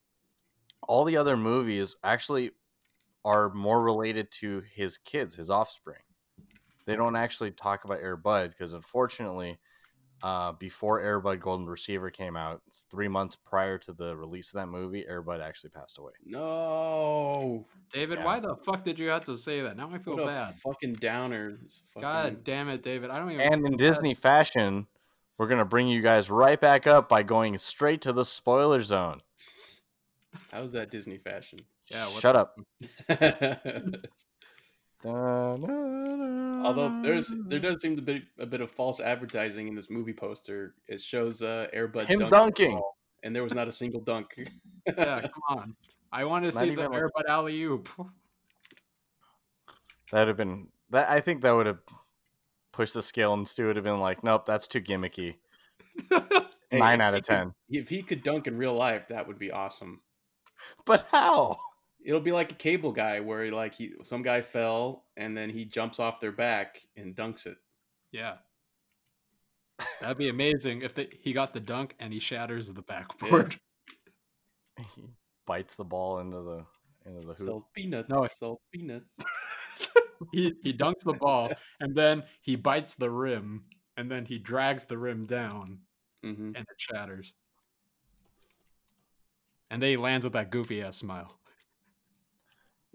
all the other movies actually are more related to his kids, his offspring. They don't actually talk about Air Bud because, unfortunately, uh, before Air Bud Golden Receiver came out, it's three months prior to the release of that movie, Air Bud actually passed away. No. David, Yeah. why the fuck did you have to say that? Now I feel What a bad. fucking downer. This fucking- God damn it, David. I don't even. And in Disney fashion, we're going to bring you guys right back up by going straight to the spoiler zone. How's that Disney fashion? Yeah, what Shut up. Although Although there's Um. there does seem to be a bit of false advertising in this movie poster. It shows uh, Airbud him dunking, dunking. and there was not a single dunk. yeah, come on. I want to Not see the even like- Airbud alley oop. That would have been that I think that would have pushed the scale and Stu would have been like, Nope, that's too gimmicky. Hey, Nine if out he of could- ten. if he could dunk in real life, that would be awesome. But how? It'll be like a cable guy where like he some guy fell and then he jumps off their back and dunks it. Yeah. That'd be amazing if the, he got the dunk and he shatters the backboard. He bites the ball into the into the hoop. Sell peanuts. No. sell peanuts. he, he dunks the ball and then he bites the rim and then he drags the rim down hmm and it shatters. And then he lands with that goofy ass smile.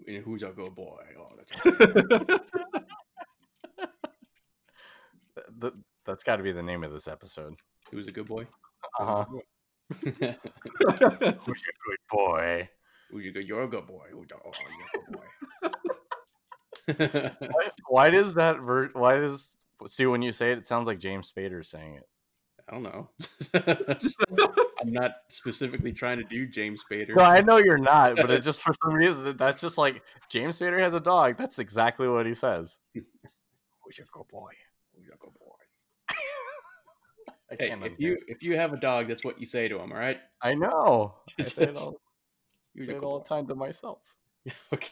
And who's our good boy? Oh, that's Th- th- that's got to be the name of this episode. who's a good boy? Uh-huh. Who's who's a good boy? a good? You're a good boy. Who's a, oh, you're a good boy. Why, why does that ver- why does Stu when you say it, it sounds like James Spader saying it. I don't know. I'm not specifically trying to do James Spader. No, I know you're not, but it's just for some reason that- that's just like James Spader has a dog. That's exactly what he says. Who's your good boy? Who's a good boy? I Hey, can't. if undo you it. if you have a dog, that's what you say to him. All right. I know. I say it Just- all, You're say a it good all boy. the time to myself. Okay.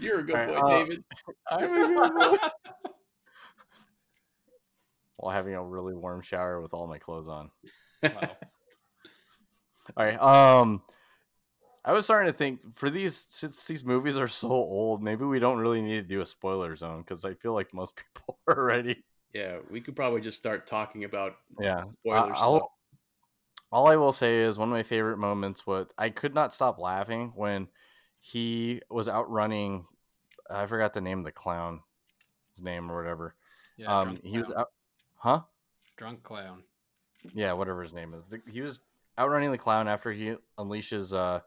You're a good All boy, right, uh, David. I'm a good boy. While having a really warm shower with all my clothes on. Wow. All right. Um, I was starting to think for these since these movies are so old, maybe we don't really need to do a spoiler zone because I feel like most people are already. Yeah, we could probably just start talking about Yeah. spoilers. I- I'll, all I will say is one of my favorite moments was I could not stop laughing when he was outrunning. I forgot the name of the clown, his name or whatever. Yeah, um, drunk he was clown. out, huh? drunk clown. Yeah, whatever his name is. The, he was outrunning the clown after he unleashes uh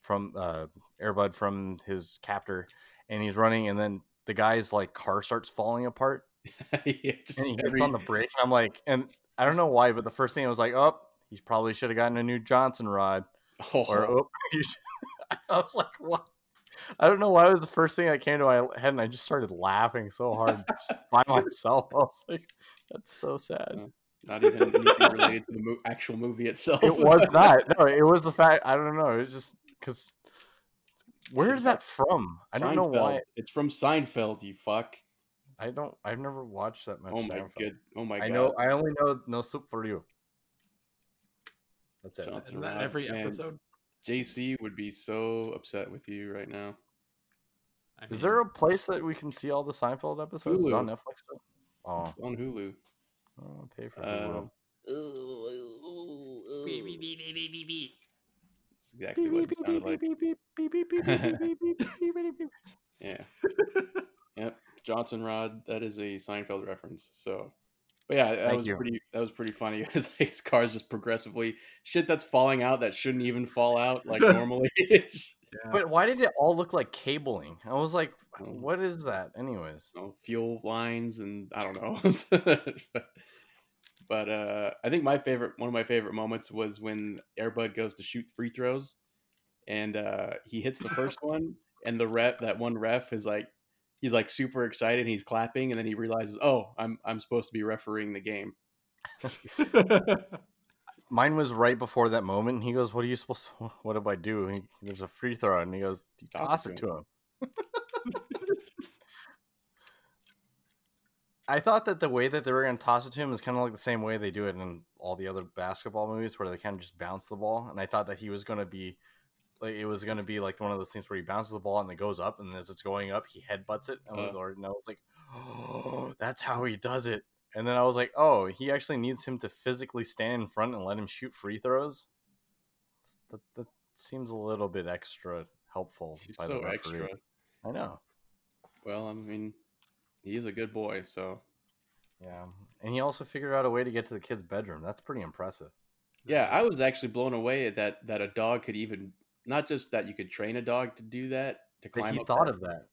from uh Airbud from his captor, and he's running, and then the guy's like car starts falling apart, yeah, just and he hits every- on the brake, and I'm like, and I don't know why, but the first thing I was like, oh, he probably should have gotten a new Johnson rod, Oh, or oh, you should-" I was like, what? I don't know why it was the first thing that came to my head, and I just started laughing so hard just by myself. I was like, that's so sad. Not even anything related to the mo- actual movie itself. it was not. No, it was the fact. I don't know. It was just because. Where is that from? I don't know why. Seinfeld. It's from Seinfeld. You fuck. I don't. I've never watched that much. Oh my Seinfeld. good. Oh my I god. know. I only know no soup for you. That's it. John- Isn't that around, every man. episode? JC would be so upset with you right now. I Is mean, there a place that we can see all the Seinfeld episodes Is it on Netflix? Oh, It's on Hulu. I'll pay for Uh, Hulu. That's exactly what it sounded like. Yeah. yep. Johnson Rod. That is a Seinfeld reference. So, but yeah, that Thank was you. pretty. That was pretty funny. His, his car's just progressively shit that's falling out that shouldn't even fall out like normally. But why did it all look like cabling? I was like, Oh. what is that? Anyways. you know, fuel lines and I don't know. but, but, uh, I think my favorite, one of my favorite moments was when Airbud goes to shoot free throws, and uh, he hits the first one, and the ref, that one ref, is like, he's like super excited, and he's clapping, and then he realizes, oh, I'm I'm supposed to be refereeing the game. Mine was right before that moment. And he goes, "What are you supposed? To, what do I do?" And he- there's a free throw, and he goes, "You Toss "Toss it it to to him." I thought that the way that they were going to toss it to him is kind of like the same way they do it in all the other basketball movies, where they kind of just bounce the ball. And I thought that he was going to be like it was going to be like one of those things where he bounces the ball and it goes up, and as it's going up, he headbutts it. And Uh. Lord, and I was like, "Oh, that's how he does it." And then I was like, oh, he actually needs him to physically stand in front and let him shoot free throws. It's- That, that seems a little bit extra helpful He's by so the referee. extra. I know. Well, I mean, he is a good boy, so Yeah. And he also figured out a way to get to the kid's bedroom. That's pretty impressive. Yeah, I was actually blown away at that that a dog could even not just that you could train a dog to do that to That climb he up thought that- of that.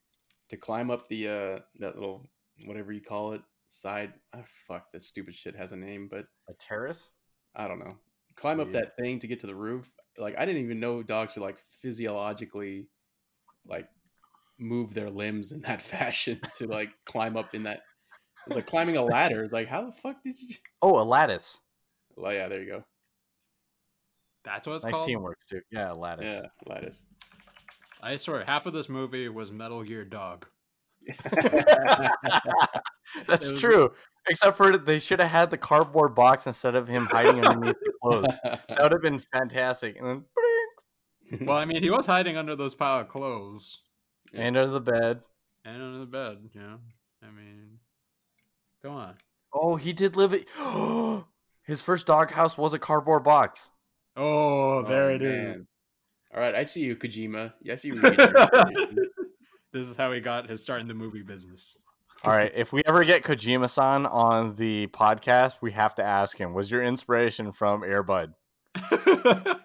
to climb up the uh that little whatever you call it side. Oh, fuck, that stupid shit has a name, but A terrace? I don't know. Climb up Yeah. that thing to get to the roof. Like I didn't even know dogs could like physiologically like move their limbs in that fashion to like climb up in that. It's like climbing a ladder. It's like how the fuck did you? Oh, a lattice. Well, yeah, there you go. That's what it's nice called. teamwork, too. Yeah, a lattice. Yeah, lattice. I swear, half of this movie was Metal Gear Dog. That's It was- true. Except for they should have had the cardboard box instead of him hiding underneath the clothes. That would have been fantastic. And then, Well, I mean, he was hiding under those pile of clothes Yeah. and under the bed. and under the bed. You know, I mean, go on. Oh, he did live it. His first dog house was a cardboard box. Oh, there it is. man. All right, I see you, Kojima. Yeah, I see you. where you're getting your information. This is how he got his start in the movie business. All right, if we ever get Kojima-san on the podcast, we have to ask him: Was your inspiration from Airbud? I,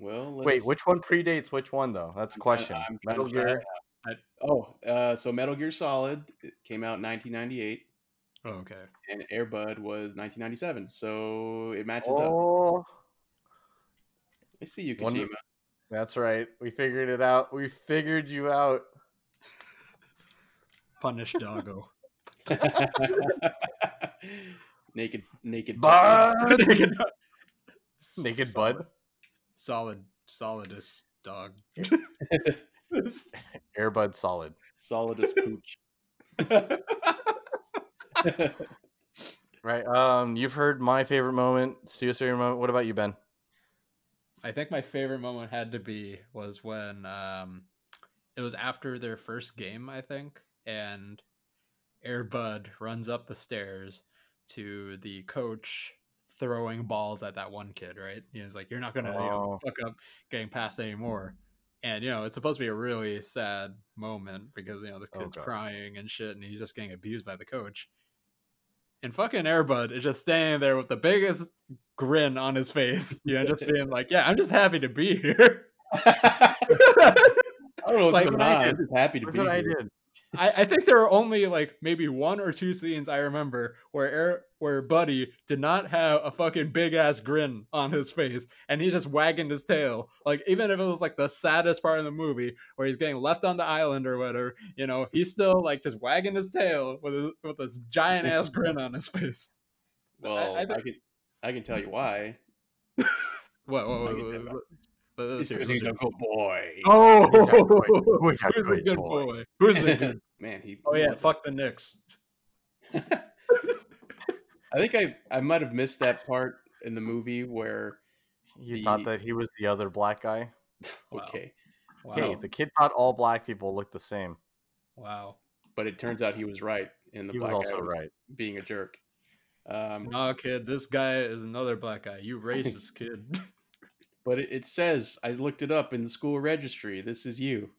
well, Wait, let's- which one predates which one though? That's a I'm- question. I'm trying Metal to figure Gear. it out. Oh, uh, so Metal Gear Solid it came out in 1998, oh, okay. and Airbud was 1997. So it matches up. Oh, I see you, Wonder- Kojima. that's right. We figured it out. We figured you out. Punish Doggo. naked, naked. Bud. S- Naked solid- Bud. Solid, solidus dog. Airbud Solid. Solidus pooch. Right. Um, you've heard my favorite moment, Stu's favorite moment. What about you, Ben? I think my favorite moment had to be was when um it was after their first game, I think, and Airbud runs up the stairs to the coach throwing balls at that one kid, right? He's like, You're not gonna you Oh. know, fuck up getting past anymore. And you know, it's supposed to be a really sad moment because you know this Oh, kid's God. crying and shit, and he's just getting abused by the coach. And fucking Airbud is just standing there with the biggest grin on his face, you know, just being like, "Yeah, I'm just happy to be here." I don't know what's Like, going what I on. did. I'm just happy to Look be what here. I did. I, I think there are only like maybe one or two scenes I remember where Air, where Buddy did not have a fucking big ass grin on his face, and he's just wagging his tail. Like even if it was like the saddest part of the movie, where he's getting left on the island or whatever, you know, he's still like just wagging his tail with his, with this giant ass grin on his face. Well, I I, bet- can I can tell you why. What? What? I what, get what, that what, what- It's let's hear it, 'cause he's let's hear a it. good boy. Oh, He's a good- he's a who's a good good boy. boy? Who's a good? Man, he. Oh he yeah, was- fuck the Knicks. I think I I might have missed that part in the movie where You The- thought that he was the other black guy. Wow. okay, Wow. Hey, the kid thought all black people looked the same. Wow. but it turns out he was right, and the he was black also guy was right. being a jerk. Um, Nah, kid, this guy is another black guy. You racist kid. But it, it says I looked it up in the school registry. This is you.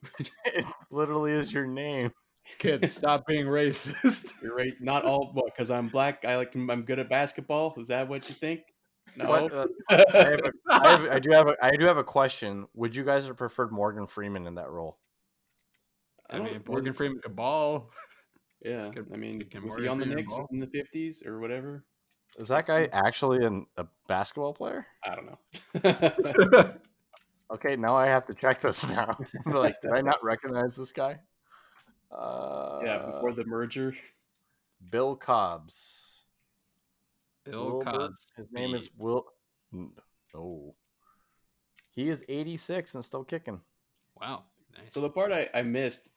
It literally is your name. kid, stop being racist. You're right. Not all because I'm black. I like I'm good at basketball. Is that what you think? No. What, uh, I, have a, I, have, I do have a, I do have a question. Would you guys have preferred Morgan Freeman in that role? I don't- mean, was- Morgan Freeman could ball. Yeah, Can- I mean, can was Morgan he on the Freeman Knicks ball? in the '50s or whatever? Is that guy actually an, a basketball player? I don't know. Okay, now I have to check this now. like, did I not recognize this guy? Uh, yeah, before the merger. Bill Cobbs. Bill Wilbur- Cosby. His name is Will. n- No. He is 86 and still kicking. Wow. Nice. So the part I, I missed.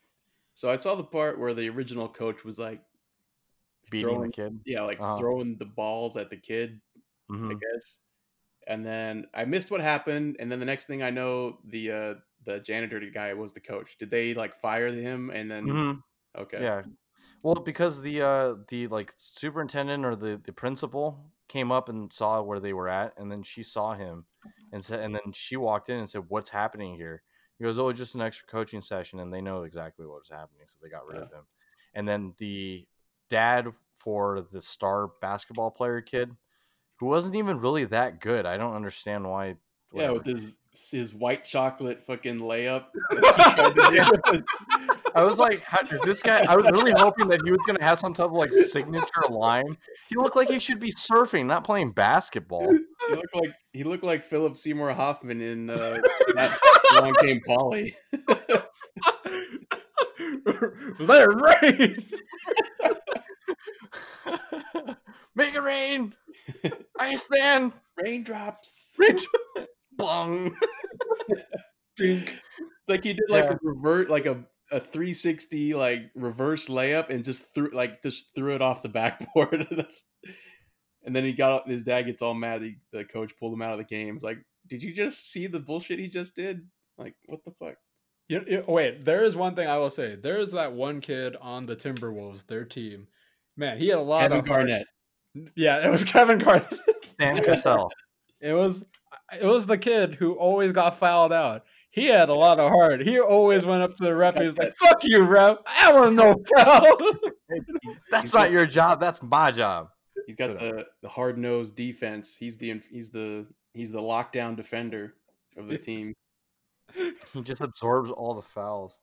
So I saw the part where the original coach was like, Beating Throwing- the kid. yeah, like Uh-huh. throwing the balls at the kid, Mhm. I guess. And then I missed what happened. And then the next thing I know, the uh, the janitor guy was the coach. Did they like fire him? And then Mhm. okay, Yeah. Well, because the uh the like superintendent or the the principal came up and saw where they were at, and then she saw him, and said, and then she walked in and said, "What's happening here?" He goes, "Oh, just an extra coaching session," and they know exactly what was happening, so they got rid of him. And then the dad for the star basketball player kid, who wasn't even really that good. I don't understand why. yeah, whatever. with his his white chocolate fucking layup. I was like, how, did this guy. I was really hoping that he was going to have some type of like signature line. He looked like he should be surfing, not playing basketball. he looked like he looked like Philip Seymour Hoffman in uh, that Long Game Polly. Let it rain. Make it rain, Iceman, Raindrops. Rich, Bong. Dink. It's like he did like Yeah. a revert, like a, a 360 like reverse layup, and just threw like just threw it off the backboard. That's and then he got his dad gets all mad. He, the coach pulled him out of the game. It's like, did you just see the bullshit he just did? Like, what the fuck? You, you- wait, there is one thing I will say. There is that one kid on the Timberwolves, their team. Man, he had a lot Kevin of heart. Garnett. Yeah, it was Kevin Garnett. Sam Cassell. It was it was the kid who always got fouled out. He had a lot of heart. He always went up to the ref. He was like, "Fuck you, ref! I want no foul." That's not your job. That's my job. He's got Sit the, the hard nosed defense. He's the inf- he's the he's the lockdown defender of the team. He just absorbs all the fouls.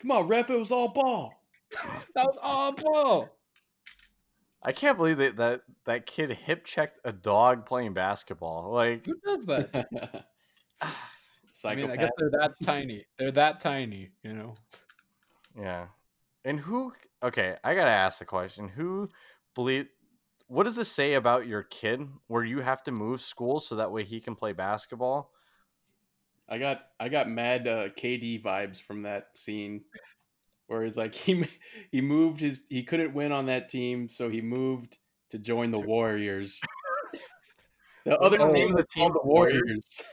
Come on, ref! It was all ball. that was all ball. I can't believe that that, that kid hip checked a dog playing basketball. Like, Who does that? Psychopath. I mean, I guess they're that tiny. They're that tiny, you know. Yeah. And who okay, I gotta ask the question. Who believe what does this say about your kid where you have to move schools so that way he can play basketball? I got I got mad uh, KD vibes from that scene, where he's like he m- he moved his he couldn't win on that team, so he moved to join the Warriors. the other that the name of team the was called team? the Warriors.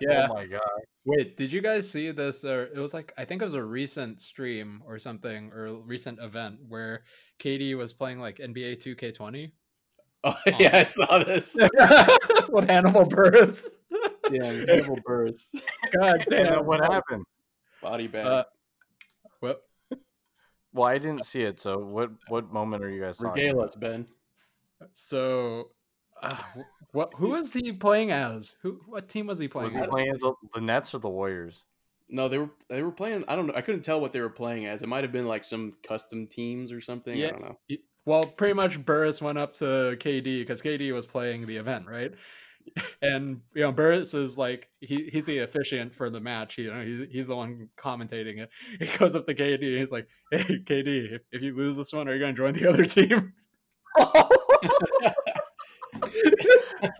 Yeah. Oh my god. Wait, did you guys see this? Or it was like I think it was a recent stream or something or a recent event where Katie was playing like NBA 2K20 oh yeah, I saw this. with Hannibal Burris. yeah, incredible burst. God Yeah, damn. what happened? Body bag. Uh, well, Well, I didn't see it. So what? What moment are you guys talking? Regale us, Ben. so uh, wh- what? Who was he playing as? Who? What team was he about? playing? Was he as? playing as the the Nets or the Warriors? No, they were they were playing. I don't know. I couldn't tell what they were playing as. It might have been like some custom teams or something. I Yeah. don't know. He- Well, pretty much Burris went up to KD because KD was playing the event, right? And you know, Burris is like he, he's the officiant for the match. You know, he's he's the one commentating it. He goes up to KD and he's like, "Hey, KD, if, if you lose this one, are you going to join the other team?"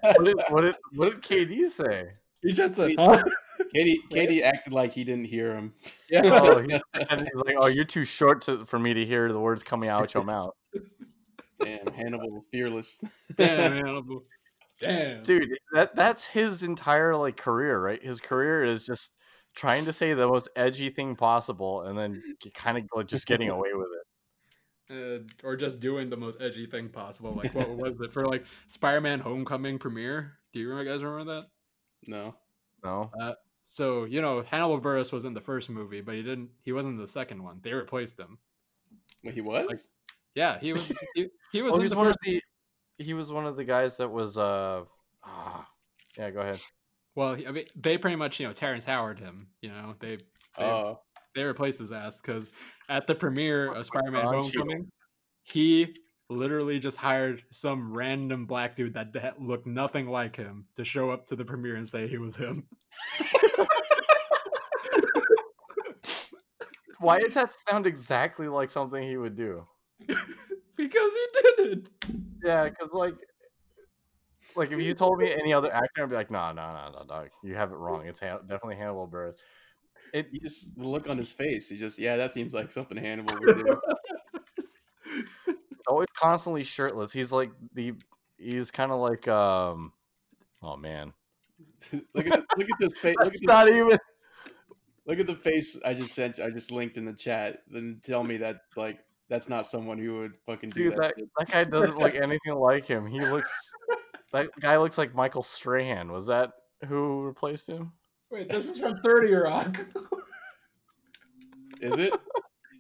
What did, what did what did KD say? He just said, Wait. "Huh?" Katie Katie acted like he didn't hear him. Yeah, Oh, he, and he's like, "Oh, you're too short to, for me to hear the words coming out your mouth, Damn, Hannibal, fearless. damn, animal. damn, dude." That that's his entire like career, right? His career is just trying to say the most edgy thing possible, and then kind of like just getting away with it. Uh, or just doing the most edgy thing possible. Like, what was it for? Like Spider-Man: Homecoming premiere. Do you guys remember that? No. No, So you know, Hannibal Burris was in the first movie, but he didn't. He wasn't in the second one. They replaced him. Wait, he was? Like- Yeah, he was. He, he was Oh, in he was the one first. of the he was one of the guys that was uh ah, yeah go ahead Well, he- I mean, they pretty much you know Terrence Howard him. You know, they they, oh, they replaced his ass because at the premiere of Spider-Man: Don Cheadle. Homecoming, he literally just hired some random black dude that d- looked nothing like him to show up to the premiere and say he was him. why does that sound exactly like something he would do Because he did it. yeah because like like if you told me any other actor i'd be like no no no no dog you have it wrong it's Han- definitely hannibal burris it he just the look on his face. He just yeah, that seems like something Hannibal would do. he's always constantly shirtless he's like the he's kind of like um oh man look at this, look at this face. Look at, that's this, not even look at the face I just sent. I just linked in the chat. Then tell me that's like that's not someone who would fucking do dude that, that. that guy doesn't look anything like him he looks that guy looks like michael strahan was that who replaced him Wait, this is from Thirty Rock. Is it?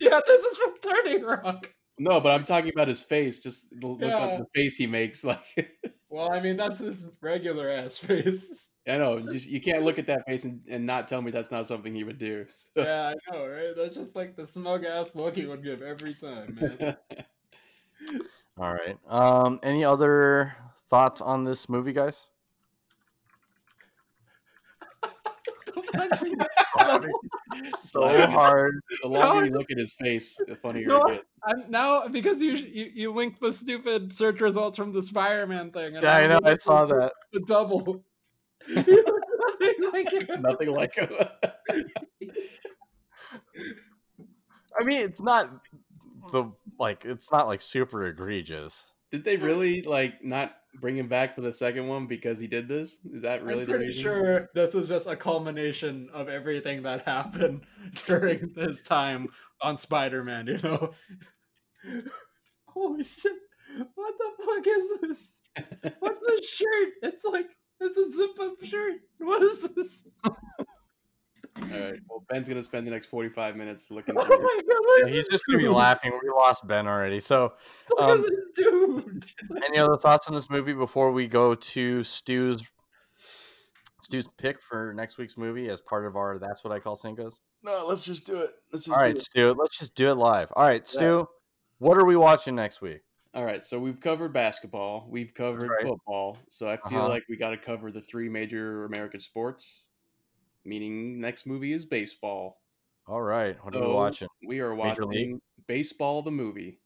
yeah, this is from Thirty Rock. No, but I'm talking about his face. Just the look Yeah. on the face he makes. Like Well, I mean, that's his regular ass face. I know, just you can't look at that face and, and not tell me that's not something he would do. So- Yeah, I know, right? That's just like the smug ass look he would give every time, man. All right. Um, any other thoughts on this movie, guys? so hard. the longer you look at his face, the funnier No, it gets. I'm now because you, you you linked the stupid search results from the Spider-Man thing. and Yeah, I know. I linked saw the- that. The double. He looks nothing like him. Nothing like him. I mean, it's not the like. It's not like super egregious. did they really like not bring him back for the second one because he did this? Is that really I'm the pretty reason? sure this was just a culmination of everything that happened during this time on Spider-Man, you know. Holy shit. What the fuck is this? What's this shirt? It's like it's a zip-up shirt. What is this? All right. Well, Ben's gonna spend the next forty-five minutes looking. Oh my through god, it. look at He's this just gonna be dude. laughing. We lost Ben already. So, Look um, at this dude. any other thoughts on this movie before we go to Stu's Stu's pick for next week's movie as part of our "That's What I Call Cinco's"? No, let's just do it. Let's just All do right, it. Stu. Let's just do it live. All right, Stu. What are we watching next week? All right, so we've covered basketball, we've covered right. football, so I feel Uh-huh. like we got to cover the three major American sports. Meaning, next movie is baseball. All right, what are we So, watching? We are Major watching League? baseball the movie.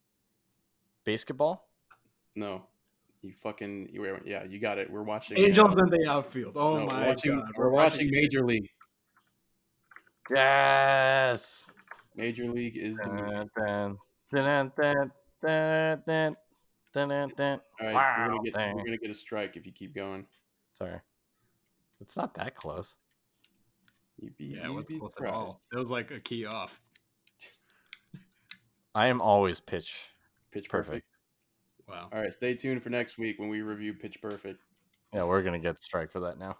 Basketball. No, you fucking you were, yeah, you got it. We're watching uh, Angels in the outfield. Oh no, my we're watching, god. We're, watching, Major League. Yes. Major League is the movie. Dun, dun, dun, dun, dun, dun, dun, dun, dun. All right, we're, wow, gonna get, dang. we're gonna get a strike if you keep going. Sorry, it's not that close. You'd be, Yeah, you'd it wasn't be close at all. surprised. It was like a key off. I am always pitch. Pitch Perfect. perfect. Wow. All right, stay tuned for next week when we review Pitch Perfect. Yeah, we're gonna get strike for that now.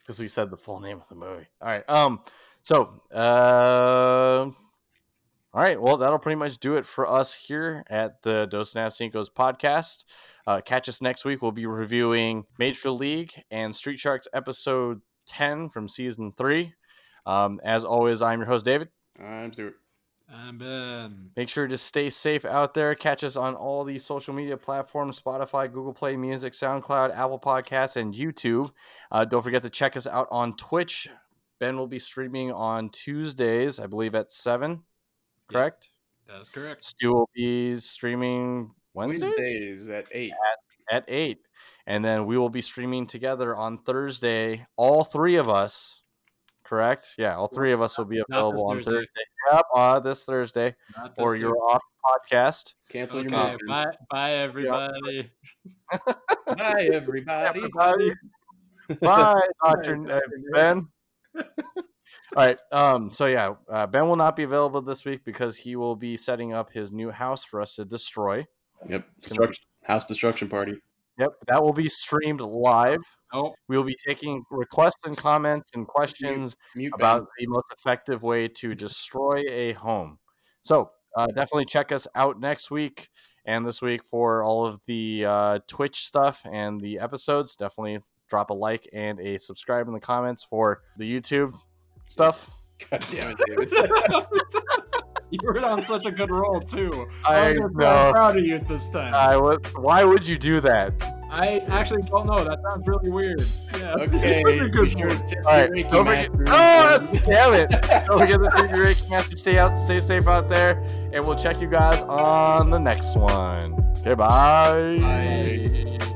because we said the full name of the movie. All right. Um. So. Uh, all right. Well, that'll pretty much do it for us here at the Dos Cinco's podcast. Uh, catch us next week. We'll be reviewing Major League and Street Sharks episode ten from season three. Um, as always, I'm your host, David. I'm Stuart. I'm Ben. Make sure to stay safe out there. Catch us on all the social media platforms Spotify, Google Play Music, SoundCloud, Apple Podcasts, and YouTube. Uh, don't forget to check us out on Twitch. Ben will be streaming on Tuesdays, I believe, at 7, Yeah. correct? That's correct. Stu will be streaming Wednesdays Wednesdays at eight. at 8. And then we will be streaming together on Thursday, all three of us, correct? Yeah, all three of us will be this available on Thursday. Thursday. Yep, uh, this Thursday. Not this Or year. your off podcast. Cancel your okay. mom. Bye, bye, everybody. Bye, everybody. Everybody. Bye, Doctor Bye, uh, Dr. Ben. All right. Um. So yeah, uh, Ben will not be available this week because he will be setting up his new house for us to destroy. Yep. gonna be- Destruction. House destruction party. Yep, that will be streamed live. Nope. We will be taking requests and comments and questions Mute about the most effective way to destroy a home. So uh, definitely check us out next week and this week for all of the uh, Twitch stuff and the episodes. Definitely drop a like and a subscribe in the comments for the YouTube stuff. Ben. God damn it, David. you were on such a good roll too. I was gonna say, I'm know. proud of you this time. I would. Why would you do that? I actually don't know. That sounds really weird. Yeah. Okay. That's a be good sure one. to tip All your right. Reiki Don't forget, master. oh, that's- damn it! Don't forget the three Reiki master. Stay out. Stay safe out there, and we'll check you guys on the next one. Okay. Bye. Bye.